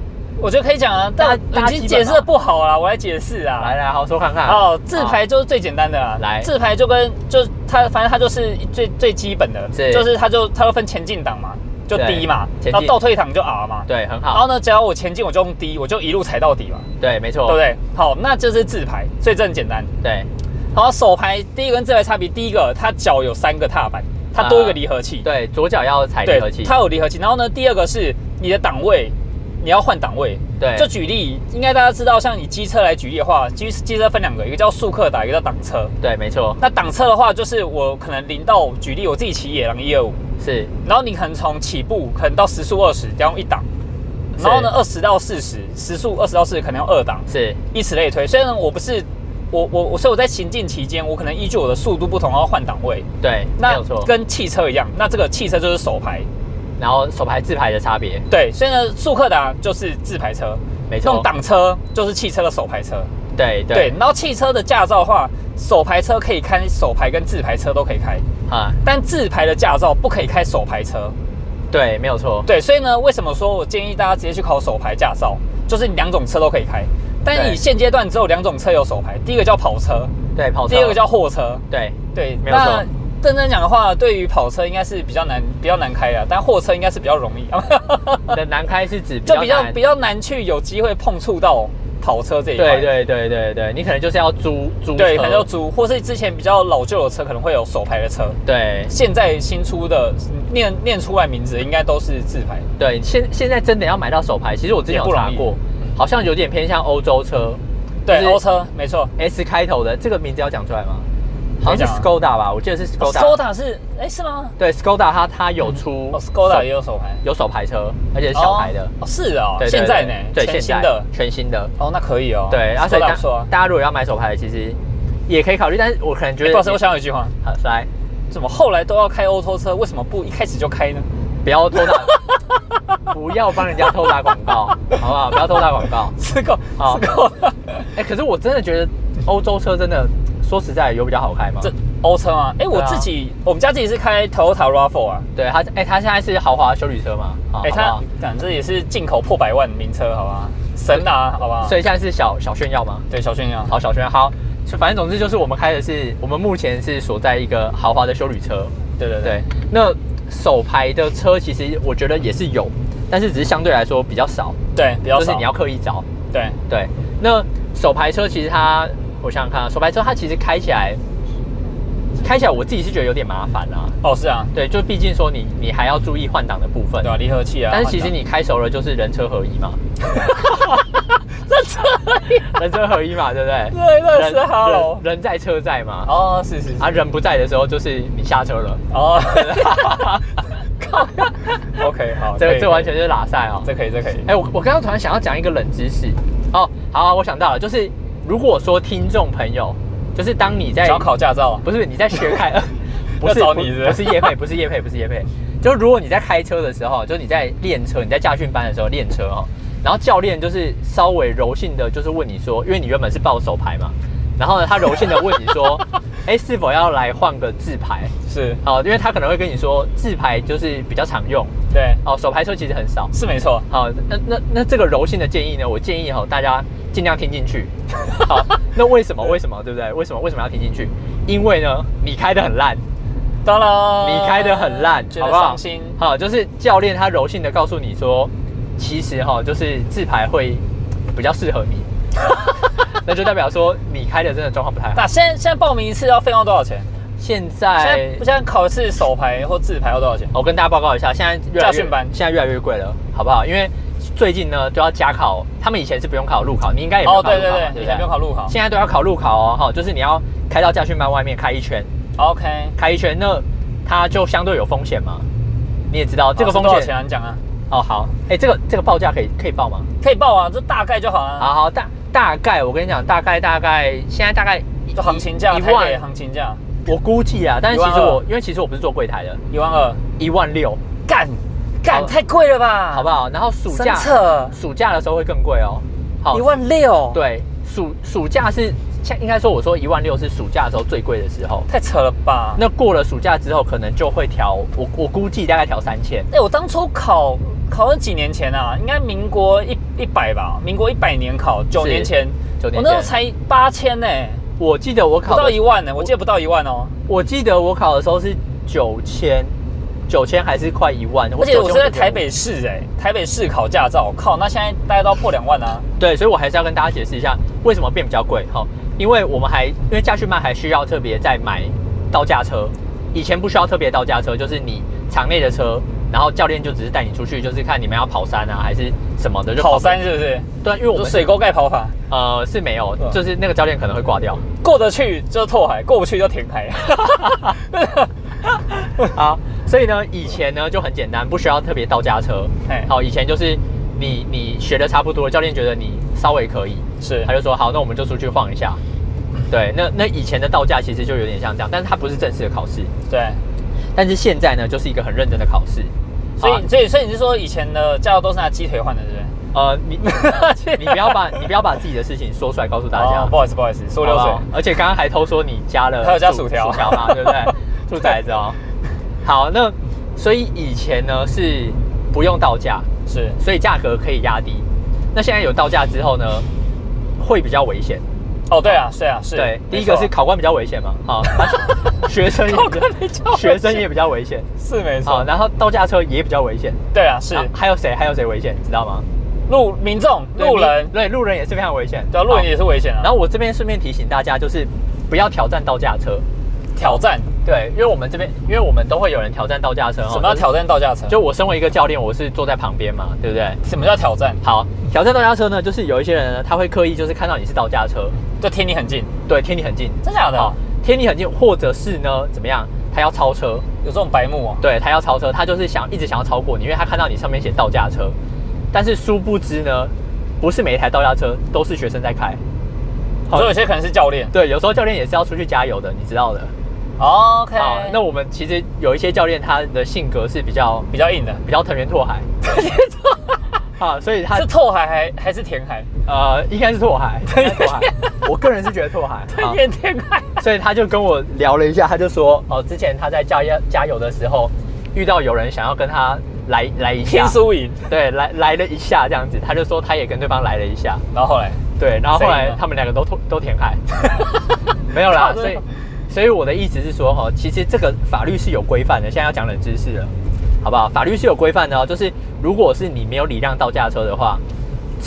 Speaker 2: 我觉得可以讲啊，
Speaker 1: 大
Speaker 2: 但
Speaker 1: 大
Speaker 2: 已
Speaker 1: 基本
Speaker 2: 经解释的
Speaker 1: 嘛
Speaker 2: 不好啦，我来解释啊。
Speaker 1: 来来，好说看看。
Speaker 2: 哦，自排就是最简单的啦。
Speaker 1: 来
Speaker 2: 自排就跟就它，反正它就是最最基本的，
Speaker 1: 是
Speaker 2: 就是它就它就分前进档嘛，就
Speaker 1: 对
Speaker 2: D 嘛，
Speaker 1: 前进
Speaker 2: 然后倒退档就 R 嘛。。
Speaker 1: 对，很
Speaker 2: 然后
Speaker 1: 好，
Speaker 2: 呢，只要我前进，我就用 D，我就一路踩到底嘛，
Speaker 1: 对，没
Speaker 2: 对不
Speaker 1: 错，
Speaker 2: 对？好，那就是自排，所以这很简单。
Speaker 1: 对
Speaker 2: 好，手排第一个跟自排差别，第一个它脚有三个踏板，它多一个离合器。
Speaker 1: 啊对，左脚要踩离合器，
Speaker 2: 它有离合器。然后呢，第二个是你的档位，你要换档位。
Speaker 1: 对
Speaker 2: 就举例，应该大家知道，像以机车来举例的话，机机车分两个，一个叫速克达，一个叫挡车。
Speaker 1: 对，没错，
Speaker 2: 那挡车的话，就是我可能零到举例，我自己骑野狼一二五，
Speaker 1: 是
Speaker 2: 然后你可能从起步可能到时速二十，要用一档，
Speaker 1: 是
Speaker 2: 然后呢二十到四十，时速二十到四十可能要二档，
Speaker 1: 是
Speaker 2: 以此类推。虽然我不是我我我，所以我在行进期间，我可能依据我的速度不同，然后换档位。
Speaker 1: 对，没
Speaker 2: 那
Speaker 1: 有错。
Speaker 2: 跟汽车一样，那这个汽车就是手排，
Speaker 1: 然后手牌自排的差别，
Speaker 2: 对，所以呢，速克达就是自排车，
Speaker 1: 没
Speaker 2: 那种
Speaker 1: 错。
Speaker 2: 挡车就是汽车的手排车。
Speaker 1: 对
Speaker 2: 对
Speaker 1: 对，
Speaker 2: 然后汽车的驾照的话，手排车可以开手排跟自排车都可以开，
Speaker 1: 啊，
Speaker 2: 但自排的驾照不可以开手排车。
Speaker 1: 对，没有错。
Speaker 2: 对，所以呢，为什么说我建议大家直接去考手排驾照，就是你两种车都可以开。但
Speaker 1: 对
Speaker 2: 以现阶段只有两种车有手牌，第一个叫跑车，
Speaker 1: 对，跑车。
Speaker 2: 第二个叫货车。
Speaker 1: 对
Speaker 2: 对，
Speaker 1: 没有错
Speaker 2: 那认真讲的话，对于跑车应该是比较难，比较难开的，但货车应该是比较容易。啊
Speaker 1: 你的难开是指
Speaker 2: 就比较
Speaker 1: 难
Speaker 2: 比较难去有机会碰触到跑车这一块。
Speaker 1: 对对对对对，你可能就是要租租
Speaker 2: 对，
Speaker 1: 车
Speaker 2: 可能要租，或是之前比较老旧的车可能会有手牌的车，
Speaker 1: 对
Speaker 2: 现在新出的念念出来名字应该都是自排。
Speaker 1: 对，现现在真的要买到手牌，其实我之前
Speaker 2: 也
Speaker 1: 有
Speaker 2: 不容
Speaker 1: 查
Speaker 2: 易
Speaker 1: 过，好像有点偏向欧洲车
Speaker 2: 对，
Speaker 1: 就是
Speaker 2: 欧车没错，
Speaker 1: ，S 开头的这个名字要讲出来吗？好像是
Speaker 2: 可以讲啊
Speaker 1: Skoda 吧，我记得是
Speaker 2: 哦
Speaker 1: Skoda。
Speaker 2: Skoda 是哎是吗？
Speaker 1: 对 Skoda 它它有出
Speaker 2: 哦，Skoda
Speaker 1: 手
Speaker 2: 也有手牌，
Speaker 1: 有手排车，而且是小牌的
Speaker 2: 哦。哦是哦，
Speaker 1: 对对
Speaker 2: 现
Speaker 1: 对
Speaker 2: 在呢，
Speaker 1: 对，
Speaker 2: 全
Speaker 1: 现
Speaker 2: 新
Speaker 1: 在
Speaker 2: 的
Speaker 1: 全新的。
Speaker 2: 哦，那可以哦，
Speaker 1: 对，啊，所以
Speaker 2: Skoda
Speaker 1: 大
Speaker 2: 不错啊。
Speaker 1: 大家如果要买手牌的，其实也可以考虑，但是我可能觉
Speaker 2: 哎
Speaker 1: 得
Speaker 2: 不好意思，我想有一句话，
Speaker 1: 好来，
Speaker 2: 怎么后来都要开欧洲车，为什么不一开始就开呢？ <laughs>
Speaker 1: 不要偷打， <laughs> 不要帮人家偷打广告， <laughs> 好不好？不要偷打广告。
Speaker 2: 这个
Speaker 1: 好
Speaker 2: 这个，
Speaker 1: 哎、可是我真的觉得欧洲车真的说实在有比较好开吗？
Speaker 2: <laughs> 这欧车吗？
Speaker 1: 啊
Speaker 2: 哎，我自己我们家自己是开 Toyota RAV4 啊，
Speaker 1: 对它，哎、它现在是豪华修理车嘛？好
Speaker 2: 哎，
Speaker 1: 好不
Speaker 2: 它
Speaker 1: 好
Speaker 2: 感这也是进口破百万名车，好吧，神啊，好吧，
Speaker 1: 哦所以现哦在是小小炫耀吗？
Speaker 2: 对小啊炫耀，
Speaker 1: 好，小炫耀好，就反正总之就是我们开的是我们目前是所在一个豪华的修理车，
Speaker 2: 对对
Speaker 1: 对，那手牌的车其实我觉得也是有，但是只是相对来说比较少，
Speaker 2: 对，比较
Speaker 1: 就是
Speaker 2: 少
Speaker 1: 你，要刻意找。
Speaker 2: 对，
Speaker 1: 对，那手排车其实它，我想想看啊，手排车它其实开起来，开起来我自己是觉得有点麻烦啊。
Speaker 2: 哦是啊，
Speaker 1: 对，就毕竟说你你还要注意换挡的部分。
Speaker 2: 对啊，离合器啊，
Speaker 1: 但是其实
Speaker 2: 换挡
Speaker 1: 你开熟了就是人车合一嘛， <laughs> 人车合一嘛，对不对？
Speaker 2: 对那是
Speaker 1: 人
Speaker 2: Hello
Speaker 1: 人人在车在嘛。
Speaker 2: 哦是是是
Speaker 1: 啊，人不在的时候就是你下车 <laughs> 了。
Speaker 2: 哦，靠，OK
Speaker 1: <laughs>
Speaker 2: 好，可
Speaker 1: 这
Speaker 2: 以
Speaker 1: 这完全就是拉塞哦。
Speaker 2: 这可以这可以，
Speaker 1: 哎、我我刚刚突然想要讲一个冷知识。哦，好、啊，我想到了，就是如果说听众朋友，就是当你在
Speaker 2: 想要考驾照啊，
Speaker 1: 不是你在学开，不是
Speaker 2: 要找你 <laughs> 是不是
Speaker 1: 不是叶配，不是叶配，不是叶配。就如果你在开车的时候，就是你在练车，你在驾训班的时候练车哦，然后教练就是稍微柔性的，就是问你说，因为你原本是报手牌嘛，然后呢，他柔性的问你说，哎，是否要来换个自牌？
Speaker 2: 是，
Speaker 1: 好，因为他可能会跟你说，自牌就是比较常用，
Speaker 2: 对，
Speaker 1: 哦，手牌车其实很少。
Speaker 2: 是没错，
Speaker 1: 好，那那那这个柔性的建议呢，我建议哈大家尽量听进去。好，那为什么？为什么？对不对？为什么？为什么要听进去？因为呢，你开的很烂，
Speaker 2: 当然，
Speaker 1: 你开的很烂，
Speaker 2: 哦觉
Speaker 1: 好
Speaker 2: 得
Speaker 1: 不好
Speaker 2: 伤心？
Speaker 1: 好，就是教练他柔性的告诉你说，其实哈就是自排会比较适合你， <laughs> 那就代表说你开的真的状况不太好。
Speaker 2: 那现在现在报名一次要费用多少钱？
Speaker 1: 现
Speaker 2: 现在
Speaker 1: 在
Speaker 2: 现在考试手牌或自牌要多少钱？
Speaker 1: 我跟大家报告一下，现在越来
Speaker 2: 驾
Speaker 1: 越
Speaker 2: 训班
Speaker 1: 现在越来越贵了，好不好？因为最近呢都要加考，他们以前是不用考路考，你应该也没有考
Speaker 2: 哦对
Speaker 1: 路考
Speaker 2: 对
Speaker 1: 嘛，
Speaker 2: 对，以前不用考路考
Speaker 1: 现在都要考路考哦，哈，就是你要开到驾训班外面开一圈，
Speaker 2: ，OK，
Speaker 1: 开一圈，那它就相对有风险嘛。你也知道这个
Speaker 2: 好是
Speaker 1: 风
Speaker 2: 多少
Speaker 1: 险
Speaker 2: 钱啊你讲啊？
Speaker 1: 哦，好，哎，这个这个报价可以可以报吗？
Speaker 2: 可以报啊，这大概就好了，
Speaker 1: 好好大大概，我跟你讲，大概大概现在大概
Speaker 2: 就行情价，
Speaker 1: 一
Speaker 2: 台北
Speaker 1: 万，
Speaker 2: 行情价
Speaker 1: 我估计啊，但是其实
Speaker 2: 12,000
Speaker 1: 我因为其实我不是做柜台的，
Speaker 2: 一万二，
Speaker 1: 一万六，
Speaker 2: 干
Speaker 1: 好
Speaker 2: 干太贵了吧？
Speaker 1: 好不好？然后暑
Speaker 2: 深
Speaker 1: 假
Speaker 2: 测
Speaker 1: 暑假的时候会更贵哦，好
Speaker 2: 一万六，，
Speaker 1: 对暑暑假是像应该说我说一万六是暑假的时候最贵的时候，
Speaker 2: 太扯了吧？
Speaker 1: 那过了暑假之后，可能就会调，我我估计大概调三千。
Speaker 2: 哎、我当初考考了几年前啊，应该民国一一百吧，民国一百年考，九年前，
Speaker 1: 九年前
Speaker 2: 我那时候才八千呢，
Speaker 1: 我记得我
Speaker 2: 不
Speaker 1: 考
Speaker 2: 到一
Speaker 1: 的，
Speaker 2: 万呢、我记得不到一万哦。
Speaker 1: 我记得我考的时候是九千，九千还是快一万。
Speaker 2: 而且我是在
Speaker 1: 9500
Speaker 2: 台，北市哎、台北市考驾照，靠，那现在大概都要破两万啊。
Speaker 1: 对，所以我还是要跟大家解释一下为什么变比较贵哈、齁因为我们还因为驾训班还需要特别再买到驾车，以前不需要特别到驾车，就是你场内的车，然后教练就只是带你出去，就是看你们要跑山啊还是什么的，就
Speaker 2: 跑山是不是？
Speaker 1: 对，因为我
Speaker 2: 就
Speaker 1: 们
Speaker 2: 水沟盖跑法，
Speaker 1: 呃是没有
Speaker 2: 对，
Speaker 1: 就是那个教练可能会挂掉。
Speaker 2: 过得去就拓海，过不去就填
Speaker 1: <laughs>
Speaker 2: 海。
Speaker 1: 好，所以呢，以前呢就很简单，不需要特别到家车
Speaker 2: 哎。
Speaker 1: 好，以前就是你你学的差不多，教练觉得你稍微可以，
Speaker 2: 是
Speaker 1: 他，就说好，那我们就出去晃一下。对，那那以前的道驾其实就有点像这样，但是它不是正式的考试，
Speaker 2: 对，
Speaker 1: 但是现在呢就是一个很认真的考试。
Speaker 2: 所
Speaker 1: 好啊
Speaker 2: 以所以所以你是说以前的驾照都是拿鸡腿换的，是不是？
Speaker 1: 呃，你 <laughs> 你不要把你不要把自己的事情说出来告诉大家
Speaker 2: 哦，不好意思不好意思，说流
Speaker 1: 好
Speaker 2: 水
Speaker 1: 不。好而且刚刚还偷说你加了，
Speaker 2: 还有加薯条
Speaker 1: 薯条
Speaker 2: <laughs>
Speaker 1: 嘛，对不对？兔崽子哦。好，那所以以前呢是不用到价，
Speaker 2: 是
Speaker 1: 所以价格可以压低。那现在有到价之后呢，会比较危险。
Speaker 2: 哦，对啊，对啊，是。
Speaker 1: 对，第
Speaker 2: 没
Speaker 1: 一个
Speaker 2: 错
Speaker 1: 是考官比较危险嘛，好，啊学生也
Speaker 2: <laughs> 考官比较危险
Speaker 1: 学生也比较危险，
Speaker 2: 是没
Speaker 1: 好，
Speaker 2: 错，
Speaker 1: 然后到驾车也比较危险。
Speaker 2: 对啊，是
Speaker 1: 啊还有谁？还有谁危险？你知道吗？
Speaker 2: 路民众
Speaker 1: 对
Speaker 2: 路人
Speaker 1: 你，对路人也是非常危险。
Speaker 2: 对啊，路人也
Speaker 1: 好。
Speaker 2: 是危险啊。
Speaker 1: 然后我这边顺便提醒大家，就是不要挑战到驾车。
Speaker 2: 挑战，
Speaker 1: 对，因为我们这边，因为我们都会有人挑战倒驾车哦。
Speaker 2: 什么叫
Speaker 1: 就是
Speaker 2: 挑战倒驾车？
Speaker 1: 就我身为一个教练，我是坐在旁边嘛，对不对？
Speaker 2: 什么叫挑战？
Speaker 1: 好，挑战倒驾车呢，就是有一些人呢，他会刻意就是看到你是倒驾车，
Speaker 2: 就贴你很近，
Speaker 1: 对，贴你很近。
Speaker 2: 真假的
Speaker 1: 好？，贴你很近，或者是呢怎么样，他要超车，
Speaker 2: 有这种白目哦、
Speaker 1: 对他要超车，他就是想一直想要超过你，因为他看到你上面写倒驾车，但是殊不知呢，不是每一台倒驾车都是学生在开，好
Speaker 2: 所以有些可能是教练。
Speaker 1: 对，有时候教练也是要出去加油的，你知道的。
Speaker 2: 哦 OK，
Speaker 1: 好，那我们其实有一些教练他的性格是比较
Speaker 2: 比较硬的，
Speaker 1: 比较藤原拓海，啊，所以他
Speaker 2: 是透海还还是甜海？
Speaker 1: 呃应该是拓 <laughs> 海，应该是拓海，我个人是觉得 <laughs> 拓海，
Speaker 2: <laughs>
Speaker 1: 啊
Speaker 2: 演甜海。
Speaker 1: 所以他就跟我聊了一下，他就说哦，之前他在加油加油的时候遇到有人想要跟他来来一下
Speaker 2: 天，输赢，
Speaker 1: 对，来来了一下这样子，他就说他也跟对方来了一下，
Speaker 2: 然后后来
Speaker 1: 对，然后后
Speaker 2: 谁赢
Speaker 1: 来
Speaker 2: 了
Speaker 1: 他们两个都吐都填海，没有
Speaker 2: 靠
Speaker 1: 啦，
Speaker 2: 这
Speaker 1: 所以
Speaker 2: 个
Speaker 1: 所以我的意思是说哈，其实这个法律是有规范的，现在要讲冷知识了，好不好？法律是有规范的哦，就是如果是你没有礼让倒驾车的话，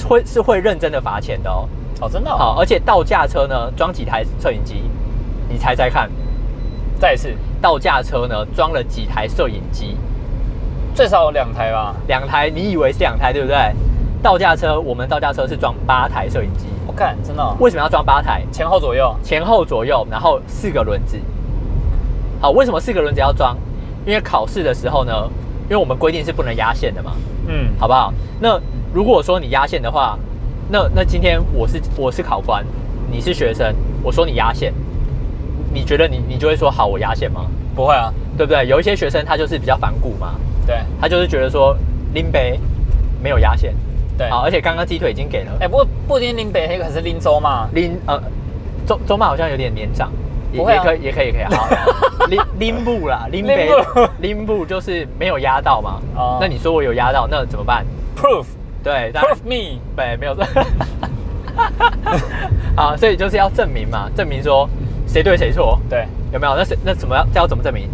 Speaker 1: 会是会认真的罚钱的哦。
Speaker 2: 哦，真的、哦、
Speaker 1: 好，而且倒驾车呢装几台摄影机，你猜猜看，
Speaker 2: 再一次，
Speaker 1: 倒驾车呢装了几台摄影机？
Speaker 2: 最少有两台吧。
Speaker 1: 两台，你以为是两台对不对？倒驾车，我们倒驾车是装八台摄影机，
Speaker 2: 我看真的、哦，
Speaker 1: 为什么要装八台？
Speaker 2: 前后左右
Speaker 1: 前后左右，然后四个轮子。好，为什么四个轮子要装？因为考试的时候呢，因为我们规定是不能压线的嘛，
Speaker 2: 嗯，
Speaker 1: 好不好？那如果说你压线的话，那那今天我是我是考官，你是学生，我说你压线，你觉得你你就会说好我压线吗？
Speaker 2: 不会啊，
Speaker 1: 对不对？有一些学生他就是比较反骨嘛，
Speaker 2: 对
Speaker 1: 他就是觉得说林北没有压线，
Speaker 2: 对。
Speaker 1: 好，而且刚刚鸡腿已经给了，
Speaker 2: 哎、不过不一定林北黑，可是林州嘛，
Speaker 1: 林呃，周周妈好像有点年长，也
Speaker 2: 不会
Speaker 1: 也
Speaker 2: 啊
Speaker 1: 可以也可以也可以，好，
Speaker 2: <laughs>
Speaker 1: 林林部啦，林北
Speaker 2: 林部
Speaker 1: 林部就是没有压到嘛
Speaker 2: 哦，
Speaker 1: 那你说我有压到，那怎么办？
Speaker 2: proof
Speaker 1: 对，当然
Speaker 2: proof me，
Speaker 1: 对
Speaker 2: <laughs>
Speaker 1: 没有 <laughs> 错，啊，所以就是要证明嘛，证明说谁对谁错，
Speaker 2: 对，
Speaker 1: 有没有？那谁那怎么要这要怎么证明？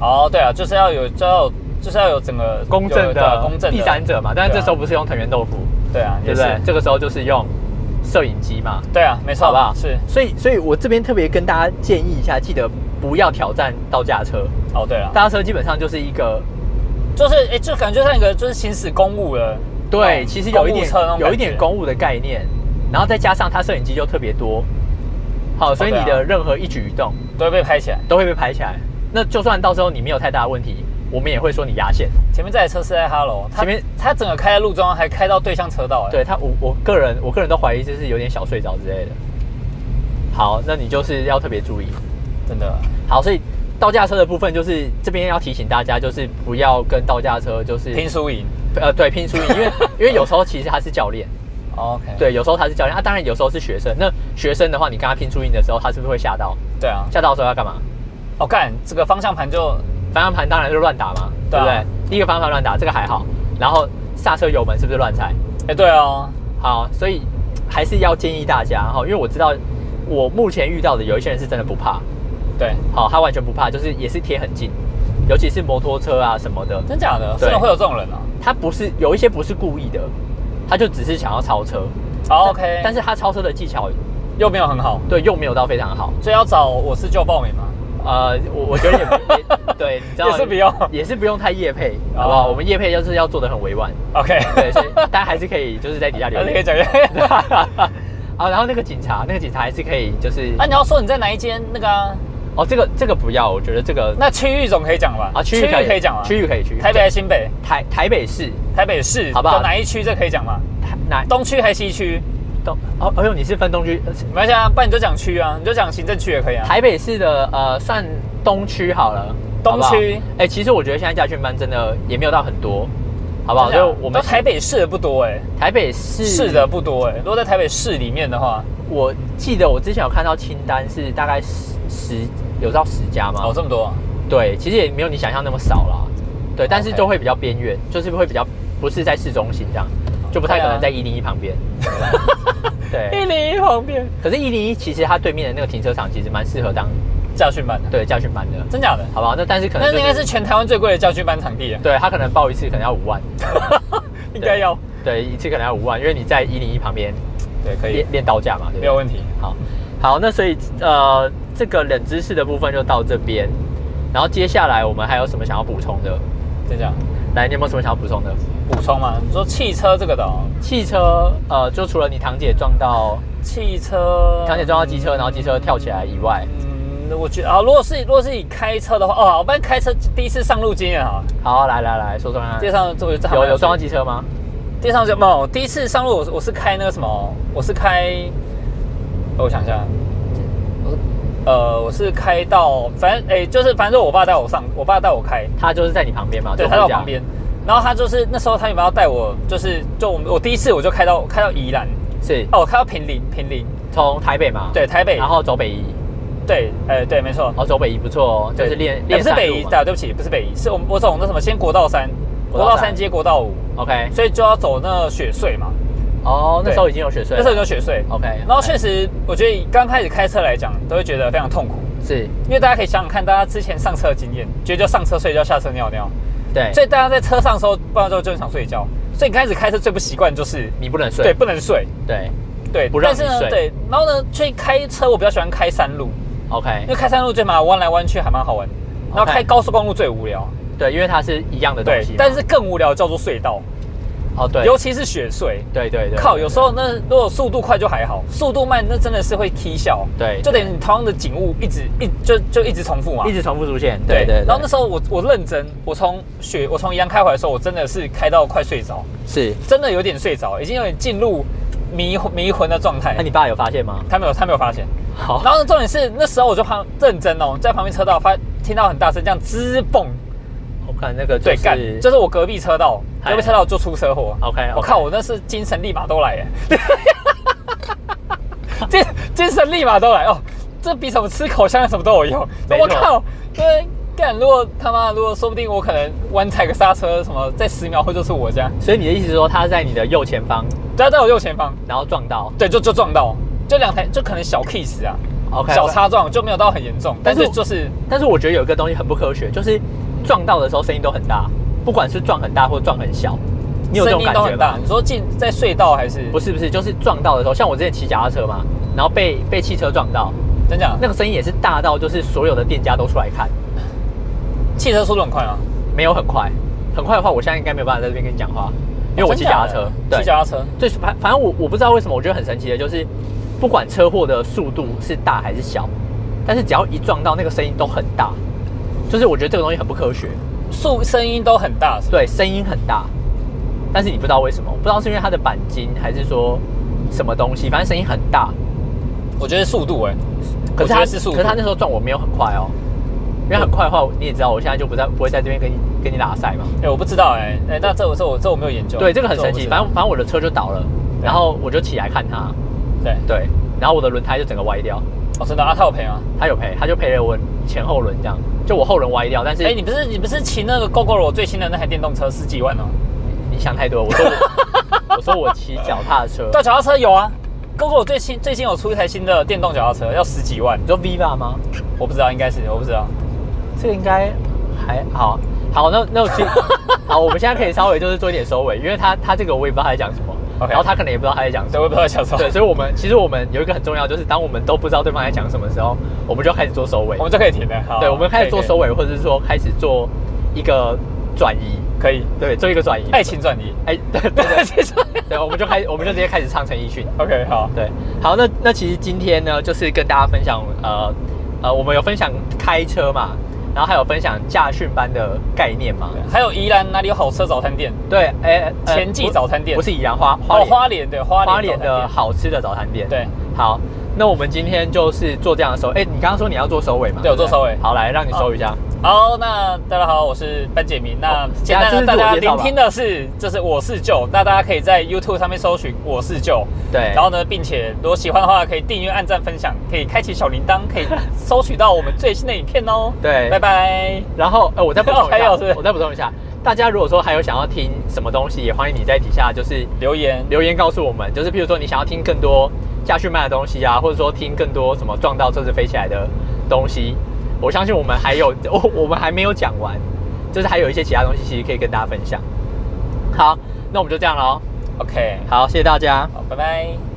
Speaker 2: 哦，对啊，就是要有，就要有，就是要有整个
Speaker 1: 公正
Speaker 2: 有对啊
Speaker 1: 的
Speaker 2: 公正的
Speaker 1: 第三者嘛，但是
Speaker 2: 对啊
Speaker 1: 这时候不是用藤原豆腐，
Speaker 2: 对啊，
Speaker 1: 对
Speaker 2: 也
Speaker 1: 不对
Speaker 2: 是？，
Speaker 1: 这个时候就是用摄影机嘛，
Speaker 2: 对啊，没错，
Speaker 1: 好不好？
Speaker 2: 是，
Speaker 1: 所以所以我这边特别跟大家建议一下，记得不要挑战倒驾车。
Speaker 2: 哦，对了，
Speaker 1: 倒驾车基本上就是一个
Speaker 2: 就是哎、就感觉像一个就是行驶公务的，
Speaker 1: 对，
Speaker 2: 哦
Speaker 1: 其实有一
Speaker 2: 公务
Speaker 1: 点
Speaker 2: 车那种感觉
Speaker 1: 有一点公务的概念，然后再加上它摄影机又特别多，好，所以
Speaker 2: 对啊
Speaker 1: 你的任何一举一动
Speaker 2: 都会被拍起来。
Speaker 1: 都会被拍起来。那就算到时候你没有太大的问题，我们也会说你压线。
Speaker 2: 前面这台车是在哈喽，它
Speaker 1: 前面
Speaker 2: 它整个开在路中，还开到对向车道、哎，
Speaker 1: 对他，我我个人我个人都怀疑这是有点小睡着之类的。好，那你就是要特别注意。
Speaker 2: 真的，
Speaker 1: 好，所以倒驾车的部分就是这边要提醒大家，就是不要跟倒驾车就是
Speaker 2: 拼输赢。
Speaker 1: 呃对拼输赢，因为因为有时候其实他是教练，
Speaker 2: OK，
Speaker 1: 对，有时候他是教练啊，当然有时候是学生。那学生的话，你跟他拼输赢的时候，他是不是会吓到？
Speaker 2: 对啊，
Speaker 1: 吓到的时候要干嘛？
Speaker 2: 哦干，这个方向盘就
Speaker 1: 方向盘当然是乱打嘛，对
Speaker 2: 对啊
Speaker 1: 不对？第一个方向盘乱打，这个还好。然后刹车油门是不是乱踩？
Speaker 2: 哎、对哦，
Speaker 1: 好，所以还是要建议大家哈，因为我知道我目前遇到的有一些人是真的不怕，
Speaker 2: 对，
Speaker 1: 好，他完全不怕，就是也是贴很近，尤其是摩托车啊什么的，
Speaker 2: 真假的，
Speaker 1: 对
Speaker 2: 真的会有这种人啊、
Speaker 1: 他不是有一些不是故意的，他就只是想要超车。
Speaker 2: 哦 OK，
Speaker 1: 但
Speaker 2: 但是
Speaker 1: 是他超车的技巧
Speaker 2: 又没有很好，
Speaker 1: 对又没有到非常好。
Speaker 2: 所以要找我是就报名嘛。
Speaker 1: 呃，我我觉
Speaker 2: <laughs>
Speaker 1: 得也不也对，你知道
Speaker 2: 也是不用
Speaker 1: 也是不用太夜配，
Speaker 2: 哦
Speaker 1: 好不好？我们夜配就是要做的很委婉，
Speaker 2: OK，
Speaker 1: 对，
Speaker 2: <laughs>
Speaker 1: 所以大家还是可以就是在底下留
Speaker 2: 那你可
Speaker 1: 言。
Speaker 2: 以讲一下。
Speaker 1: <laughs> 啊，然后那个警察，那个警察还是可以，就是
Speaker 2: 啊，你要说你在哪一间那个、啊，
Speaker 1: 哦，这个这个不要，我觉得这个
Speaker 2: 那区域总可以讲吧？
Speaker 1: 啊，区域
Speaker 2: 可以讲吧？
Speaker 1: 区域可以，区域
Speaker 2: 台北还是新北？
Speaker 1: 台台北市，
Speaker 2: 台北市，
Speaker 1: 好不好
Speaker 2: 哪一区这可以讲吗？
Speaker 1: 台哪
Speaker 2: 东区还是西区？
Speaker 1: 东哦，哎呦，你是分东区，呃是
Speaker 2: 没关系啊，不然你就讲区啊，你就讲行政区也可以啊。
Speaker 1: 台北市的呃，算东区好了，
Speaker 2: 东
Speaker 1: 好不好
Speaker 2: 区
Speaker 1: 哎、其实我觉得现在家训班真的也没有到很多，好不好？
Speaker 2: 真
Speaker 1: 就
Speaker 2: 的啊
Speaker 1: 我们
Speaker 2: 都台北市的不多哎、
Speaker 1: 台北市
Speaker 2: 市的，不多哎、如果在台北市里面的话，
Speaker 1: 我记得我之前有看到清单是大概十十有到十家嘛，
Speaker 2: 哦这么多啊、
Speaker 1: 对，其实也没有你想象那么少啦，对，但是
Speaker 2: OK
Speaker 1: 就会比较边缘，就是会比较不是在市中心这样，就不太可
Speaker 2: 对啊
Speaker 1: 能在一零一旁边，
Speaker 2: 啊
Speaker 1: 对。
Speaker 2: 零一旁边
Speaker 1: 可是，一零一其实它对面的那个停车场其实蛮适合当
Speaker 2: 教训班的，啊
Speaker 1: 对家训班的，
Speaker 2: 真假的？
Speaker 1: 好不好？那但是可能、就
Speaker 2: 那
Speaker 1: 是、
Speaker 2: 应该是全台湾最贵的教训班场地啊，
Speaker 1: 对他可能报一次可能要五万，
Speaker 2: 应该要。
Speaker 1: 对，一次可能要五万，因为你在一零一旁边
Speaker 2: 对，可以
Speaker 1: 练，练刀架嘛，对
Speaker 2: 没有
Speaker 1: 不对？
Speaker 2: 问题。
Speaker 1: 好，好，那所以呃，这个冷知识的部分就到这边，然后接下来我们还有什么想要补充的？
Speaker 2: 就这样
Speaker 1: 来，你有没有什么想要补充的？
Speaker 2: 补充嘛，你说汽车这个的、哦，
Speaker 1: 汽车呃，就除了你堂姐撞到
Speaker 2: 汽车，
Speaker 1: 堂姐撞到机车，然后机车跳起来以外，
Speaker 2: 嗯，的，我觉得啊，如果是如果是以开车的话，哦，我不然开车第一次上路经验啊，
Speaker 1: 好，来来来说说看
Speaker 2: 第一，次上这我就
Speaker 1: 嗯有有撞到机车吗？
Speaker 2: 第一次上就没有，第一次上路我是我是开那个什么，我是开，我想一下，我呃我是开到反正哎、就是反正我爸带我上，我爸带我开，
Speaker 1: 他就是在你旁边嘛，
Speaker 2: 对，
Speaker 1: 啊就
Speaker 2: 他在我
Speaker 1: 副驾
Speaker 2: 旁。边，然后他就是那时候他原本要带我，就是就我们我第一次我就开到开到宜兰，
Speaker 1: 是
Speaker 2: 哦，我开到平林平林，
Speaker 1: 从台北嘛，，
Speaker 2: 对，台北，
Speaker 1: 然后走北宜，
Speaker 2: 对，哎、对，没错，
Speaker 1: 哦，走北宜不错哦，就
Speaker 2: 对
Speaker 1: 是练
Speaker 2: 哎
Speaker 1: 练
Speaker 2: 不是
Speaker 1: 山
Speaker 2: 北
Speaker 1: 路
Speaker 2: 宜，
Speaker 1: 嘛
Speaker 2: 对，对不起，不是北宜，是我们我走那什么，先国道三，
Speaker 1: 国
Speaker 2: 国
Speaker 1: 道
Speaker 2: 道
Speaker 1: 三
Speaker 2: 三接国道五，
Speaker 1: ，OK，
Speaker 2: 所以就要走那雪穗嘛，
Speaker 1: 哦，那
Speaker 2: 对
Speaker 1: 时候已经有雪穗
Speaker 2: 那
Speaker 1: 了，
Speaker 2: 时候有雪穗
Speaker 1: OK，
Speaker 2: 然后确实，我觉得刚开始开车来讲，都会觉得非常痛苦，
Speaker 1: 是，
Speaker 2: 因为大家可以想想看，大家之前上车的经验，觉得就上车睡觉，下车尿尿，
Speaker 1: 对，
Speaker 2: 所以大家在车上的时候，不然就就很想睡觉，所以你开始开车最不习惯就是
Speaker 1: 你不能
Speaker 2: 对
Speaker 1: 睡，
Speaker 2: 不能睡，
Speaker 1: 对
Speaker 2: 对，
Speaker 1: 不让
Speaker 2: 但是
Speaker 1: 你
Speaker 2: 呢，
Speaker 1: 睡
Speaker 2: 对，然后呢，所以开车我比较喜欢开山路，因
Speaker 1: ，OK，
Speaker 2: 为开山路最麻烦，弯来弯去还蛮好玩，然后
Speaker 1: OK
Speaker 2: 开高速公路最无聊，
Speaker 1: 对，因为它是一样的东
Speaker 2: 对
Speaker 1: 西嘛，，
Speaker 2: 但是更无聊叫做隧道，
Speaker 1: 哦对，
Speaker 2: 尤其是雪隧，
Speaker 1: 对对对，
Speaker 2: 靠，
Speaker 1: 对
Speaker 2: 有时候那如果速度快就还好，速度慢那真的是会踢笑。
Speaker 1: 对
Speaker 2: 就等于你同样的景物一直一就就一直重复嘛。
Speaker 1: 一直重复出现，对对，对
Speaker 2: 然后那时候我我认真，我从雪我从宜阳开回来的时候，我真的是开到快睡着，
Speaker 1: 是，
Speaker 2: 真的有点睡着，已经有点进入迷迷魂的状态。
Speaker 1: 那你哦爸有发现吗？
Speaker 2: 他没有他没有发现。
Speaker 1: 好，
Speaker 2: 然后重点是那时候我就旁认真哦，在旁边车道发听到很大声这样吱蹦，
Speaker 1: 我看那个
Speaker 2: 对
Speaker 1: 就
Speaker 2: 干，
Speaker 1: 是
Speaker 2: 就是我隔壁车道，
Speaker 1: 嗨
Speaker 2: 隔壁车道就出车祸。
Speaker 1: OK，OK
Speaker 2: 我靠，我那是精神立马都来耶， <laughs> 精精神立马都来哦，这比什么吃口香糖什么都有用。
Speaker 1: 没错
Speaker 2: 我靠，对，干，如果他妈如果说不定我可能弯踩个刹车什么，在十秒后就是我家，
Speaker 1: 所以你的意思是说他在你的右前方，
Speaker 2: 对啊，在我右前方，
Speaker 1: 然后撞到
Speaker 2: 对，就就撞到，就两台，就可能小 kiss 啊。
Speaker 1: ，OK，
Speaker 2: 小擦撞就没有到很严重，
Speaker 1: 但
Speaker 2: 但
Speaker 1: 是
Speaker 2: 是就是
Speaker 1: 但是我觉得有一个东西很不科学，就是撞到的时候声音都很大，不管是撞很大或撞很小，你有这
Speaker 2: 声
Speaker 1: 种
Speaker 2: 音
Speaker 1: 感
Speaker 2: 都
Speaker 1: 觉
Speaker 2: 很大
Speaker 1: 吗。？
Speaker 2: 你说进在隧道还是
Speaker 1: 不是不是，就是撞到的时候，像我之前骑脚踏车嘛，然后被被汽车撞到，
Speaker 2: 真假？
Speaker 1: 那个声音也是大到就是所有的店家都出来看，
Speaker 2: 汽车速度很快吗？
Speaker 1: 没有很快，很快的话，我现在应该没有办法在这边跟你讲话，因为我骑脚踏车，
Speaker 2: 哦真假的啊骑脚踏车。
Speaker 1: 对，反反正我我不知道为什么，我觉得很神奇的就是，不管车祸的速度是大还是小，但是只要一撞到，那个声音都很大，就是我觉得这个东西很不科学，
Speaker 2: 速声音都很大，是吧？
Speaker 1: 对，声音很大，但是你不知道为什么，不知道是因为它的钣金还是说什么东西，反正声音很大，
Speaker 2: 我觉得速度哎、
Speaker 1: 可是
Speaker 2: 我觉
Speaker 1: 他
Speaker 2: 得是速
Speaker 1: 可
Speaker 2: 度，
Speaker 1: 是他那时候撞我没有很快哦，因为很快的话，你也知道，我现在就不在不会在这边跟你跟你拉塞嘛，
Speaker 2: 哎、我不知道哎、哎、那这我这我这我没有研究，
Speaker 1: 对，这个很
Speaker 2: 啊我
Speaker 1: 神
Speaker 2: 不
Speaker 1: 奇，
Speaker 2: 知道
Speaker 1: 反正反正我的车就倒了，
Speaker 2: 对
Speaker 1: 然后我就起来看他，
Speaker 2: 对，
Speaker 1: 对，然后我的轮胎就整个歪掉。
Speaker 2: 我、真的阿套赔吗？
Speaker 1: 他有赔，他就赔了我前后轮这样，就我后轮歪掉，但是
Speaker 2: 哎、你不是你不是骑那个 GoGoRo 最新的那台电动车十几万哦、
Speaker 1: 你想太多了，我说
Speaker 2: <laughs>
Speaker 1: 我我说我骑脚踏车，
Speaker 2: 对，脚踏车有啊，GoGoRo 最新最新有出一台新的电动脚踏车，要十几万，
Speaker 1: 你说 Viva 吗？
Speaker 2: 我不知道应该是我不知道，
Speaker 1: 这个应该还好，好，那那我
Speaker 2: <laughs>
Speaker 1: 去，好，我们现在可以稍微就是做一点收尾，因为他他这个我也不知道他在讲什么
Speaker 2: OK 哦
Speaker 1: 然后他可能也不知道他在讲什
Speaker 2: 对，
Speaker 1: 么，
Speaker 2: 我也不知道叫什么，
Speaker 1: 对，所以我们其实我们有一个很重要，就是当我们都不知道对方在讲什么时候，我们就开始做收尾
Speaker 2: <laughs> 我，们就可以停了，好，
Speaker 1: 对，我们开始做收
Speaker 2: 尾，
Speaker 1: 尾，或者是说开始做一个转移，
Speaker 2: 可以，
Speaker 1: 对，做一个转移，
Speaker 2: 爱情转移，
Speaker 1: 哎，对对
Speaker 2: <laughs>
Speaker 1: 对
Speaker 2: 情转移
Speaker 1: 对，我们就开，我们就直接开始唱陈奕迅。
Speaker 2: ，OK，好，
Speaker 1: 对，好，那那其实今天呢，就是跟大家分享，呃呃，我们有分享开车嘛，然后还有分享驾训班的概念嘛。
Speaker 2: 还有宜兰哪里有好吃早餐店？
Speaker 1: 对，哎、呃
Speaker 2: 前记早餐店
Speaker 1: 不是宜兰花花
Speaker 2: 哦，
Speaker 1: 莲、
Speaker 2: 花莲对，花莲
Speaker 1: 花莲
Speaker 2: 早餐
Speaker 1: 的
Speaker 2: 店
Speaker 1: 好吃的早餐店。
Speaker 2: 对，
Speaker 1: 好，那我们今天就是做这样的收，哎、你刚刚说你要做收尾嘛？
Speaker 2: 对我做
Speaker 1: 不
Speaker 2: 收尾哦
Speaker 1: 好，来让你收一下。
Speaker 2: 好，那大家好，我是班杰明。那简
Speaker 1: 哦这
Speaker 2: 单
Speaker 1: 是
Speaker 2: 的，大
Speaker 1: 自我介
Speaker 2: 家
Speaker 1: 绍
Speaker 2: 聆
Speaker 1: 吧
Speaker 2: 听的是，这是我是舅。那大家可以在 YouTube 上面搜寻我是舅。
Speaker 1: 对，
Speaker 2: 然后呢，并且如果喜欢的话，可以订阅、按赞、分享，可以开启小铃铛，可以收取到我们最新的影片哦。
Speaker 1: 对
Speaker 2: 拜拜。
Speaker 1: 然后，呃，我再补充一
Speaker 2: 还
Speaker 1: 下，
Speaker 2: 有是
Speaker 1: 我再补充一下，大家如果说还有想要听什么东西，也欢迎你在底下就是
Speaker 2: 留言，
Speaker 1: 留言告诉我们，就是譬如说你想要听更多驾训班的东西啊，或者说听更多什么撞到车子飞起来的东西，我相信我们还有 <laughs> 我我们还没有讲完，就是还有一些其他东西其实可以跟大家分享。好，那我们就这样喽，
Speaker 2: OK，
Speaker 1: 好，谢谢大家。
Speaker 2: 好，拜拜。